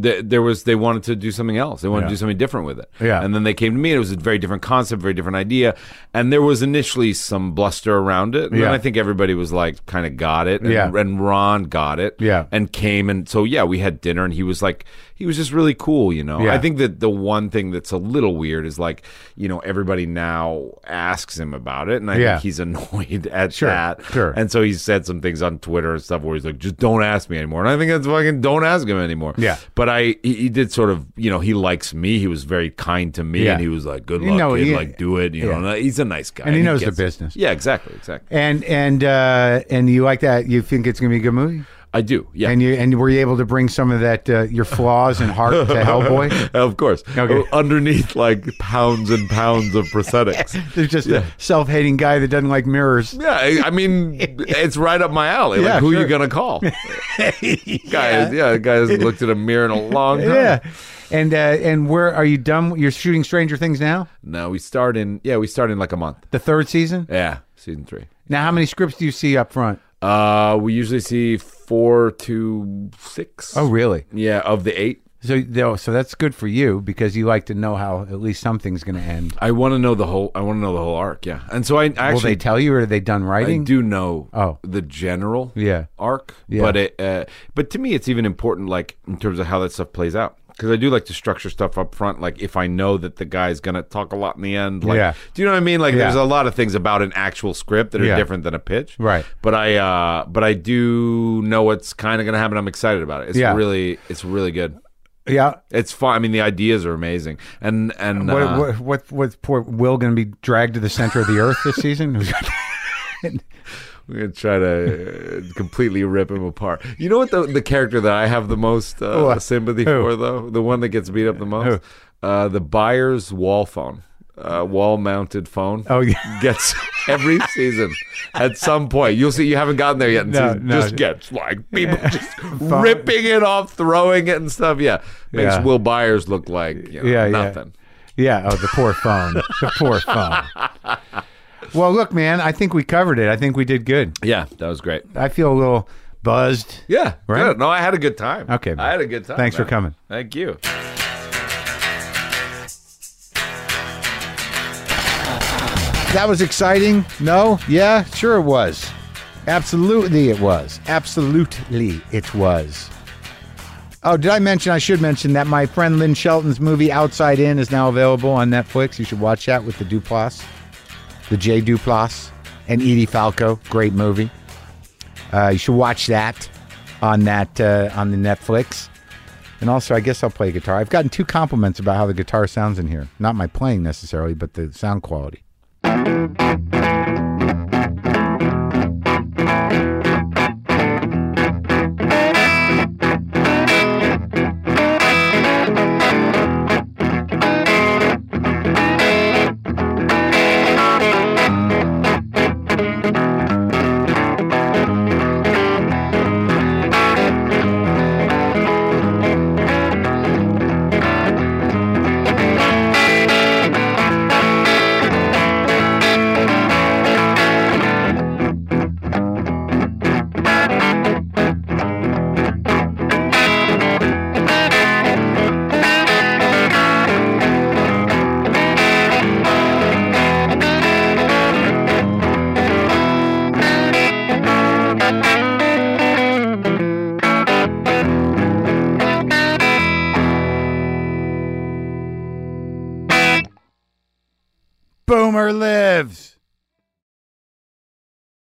th- there was they wanted to do something else. They wanted Yeah. to do something different with it. Yeah. And then they came to me, and it was a very different concept, very different idea. And there was initially some bluster around it. And Yeah. then I think everybody was like, kind of got it. And, Yeah. And Ron got it. Yeah. And came and so yeah, we had dinner, and he was like, he was just really cool, you know. Yeah. I think that the one thing that's a little weird is like, you know, everybody now asks him about it, and I Yeah. think he's annoyed at Sure, that. sure. And so he said some things on Twitter and stuff where he's like, just don't ask me anymore. And I think that's fucking don't ask him anymore. Yeah. But I, he, he did sort of, you know, he likes me. He was very kind to me, Yeah. and he was like, "Good You luck, know, kid. he- like, do it." You yeah. know, and he's a nice guy, And he knows the gets it. business. Yeah, exactly, exactly. And and uh, and you like that? You think it's gonna be a good movie? I do. Yeah. And you and were you able to bring some of that uh, your flaws and heart to Hellboy? of course. Uh, Okay. Underneath like pounds and pounds of prosthetics. There's just a self-hating guy that doesn't like mirrors. Yeah, I, I mean, it's right up my alley. Yeah, like, who are sure. you gonna call? Guys, yeah, the guy hasn't looked at a mirror in a long time. Yeah. And uh, and where are you done? You're shooting Stranger Things now, No, we start in. Yeah, we start in like a month. the third season. Yeah, season three. Now, how many scripts do you see up front? Uh, we usually see four to six. Oh, really? yeah, of the eight. So though, so that's good for you because you like to know how at least something's going to end. I want to know the whole. I want to know the whole arc. Yeah, and so I, I Will they actually tell you, or are they done I writing? do know Oh. the general Yeah. arc, Yeah. but it, uh, but to me it's even important like in terms of how that stuff plays out because I do like to structure stuff up front. Like if I know that the guy's gonna talk a lot in the end, like Yeah. do you know what I mean? Like Yeah. there's a lot of things about an actual script that are Yeah. different than a pitch, Right. But I uh, but I do know what's kind of gonna happen. I'm excited about it. It's Yeah. really it's really good. Yeah. It's fun. I mean, the ideas are amazing, and and What, uh, what what what's poor Will going to be dragged to the center of the earth this season? We're gonna try to uh, completely rip him apart. You know what the the character that I have the most uh, What? sympathy Who? for, though, the one that gets beat up the most, uh, the buyer's wall phone, uh, wall mounted phone. Oh, yeah. gets every season at some point. You'll see you haven't gotten there yet. in No, season, no. Just gets like people just ripping it off, throwing it and stuff. Yeah, makes Yeah. Will Byers look like you know, Yeah, yeah. nothing. yeah. Oh, the poor phone. The poor phone. Well, look, man. I think we covered it. I think we did good. Yeah. that was great. I feel a little buzzed. Yeah, Right? good. No, I had a good time. Okay, man. I had a good time. Thanks for man. coming. Thank you. That was exciting. No? Yeah, sure it was. Absolutely it was. Absolutely it was. Oh, did I mention? I should mention that my friend Lynn Shelton's movie Outside In is now available on Netflix. You should watch that with the Duplass, the Jay Duplass, and Edie Falco. Great movie. Uh, you should watch that on that uh, on the Netflix. And also, I guess I'll play guitar. I've gotten two compliments about how the guitar sounds in here. Not my playing necessarily, but the sound quality. Boomer lives.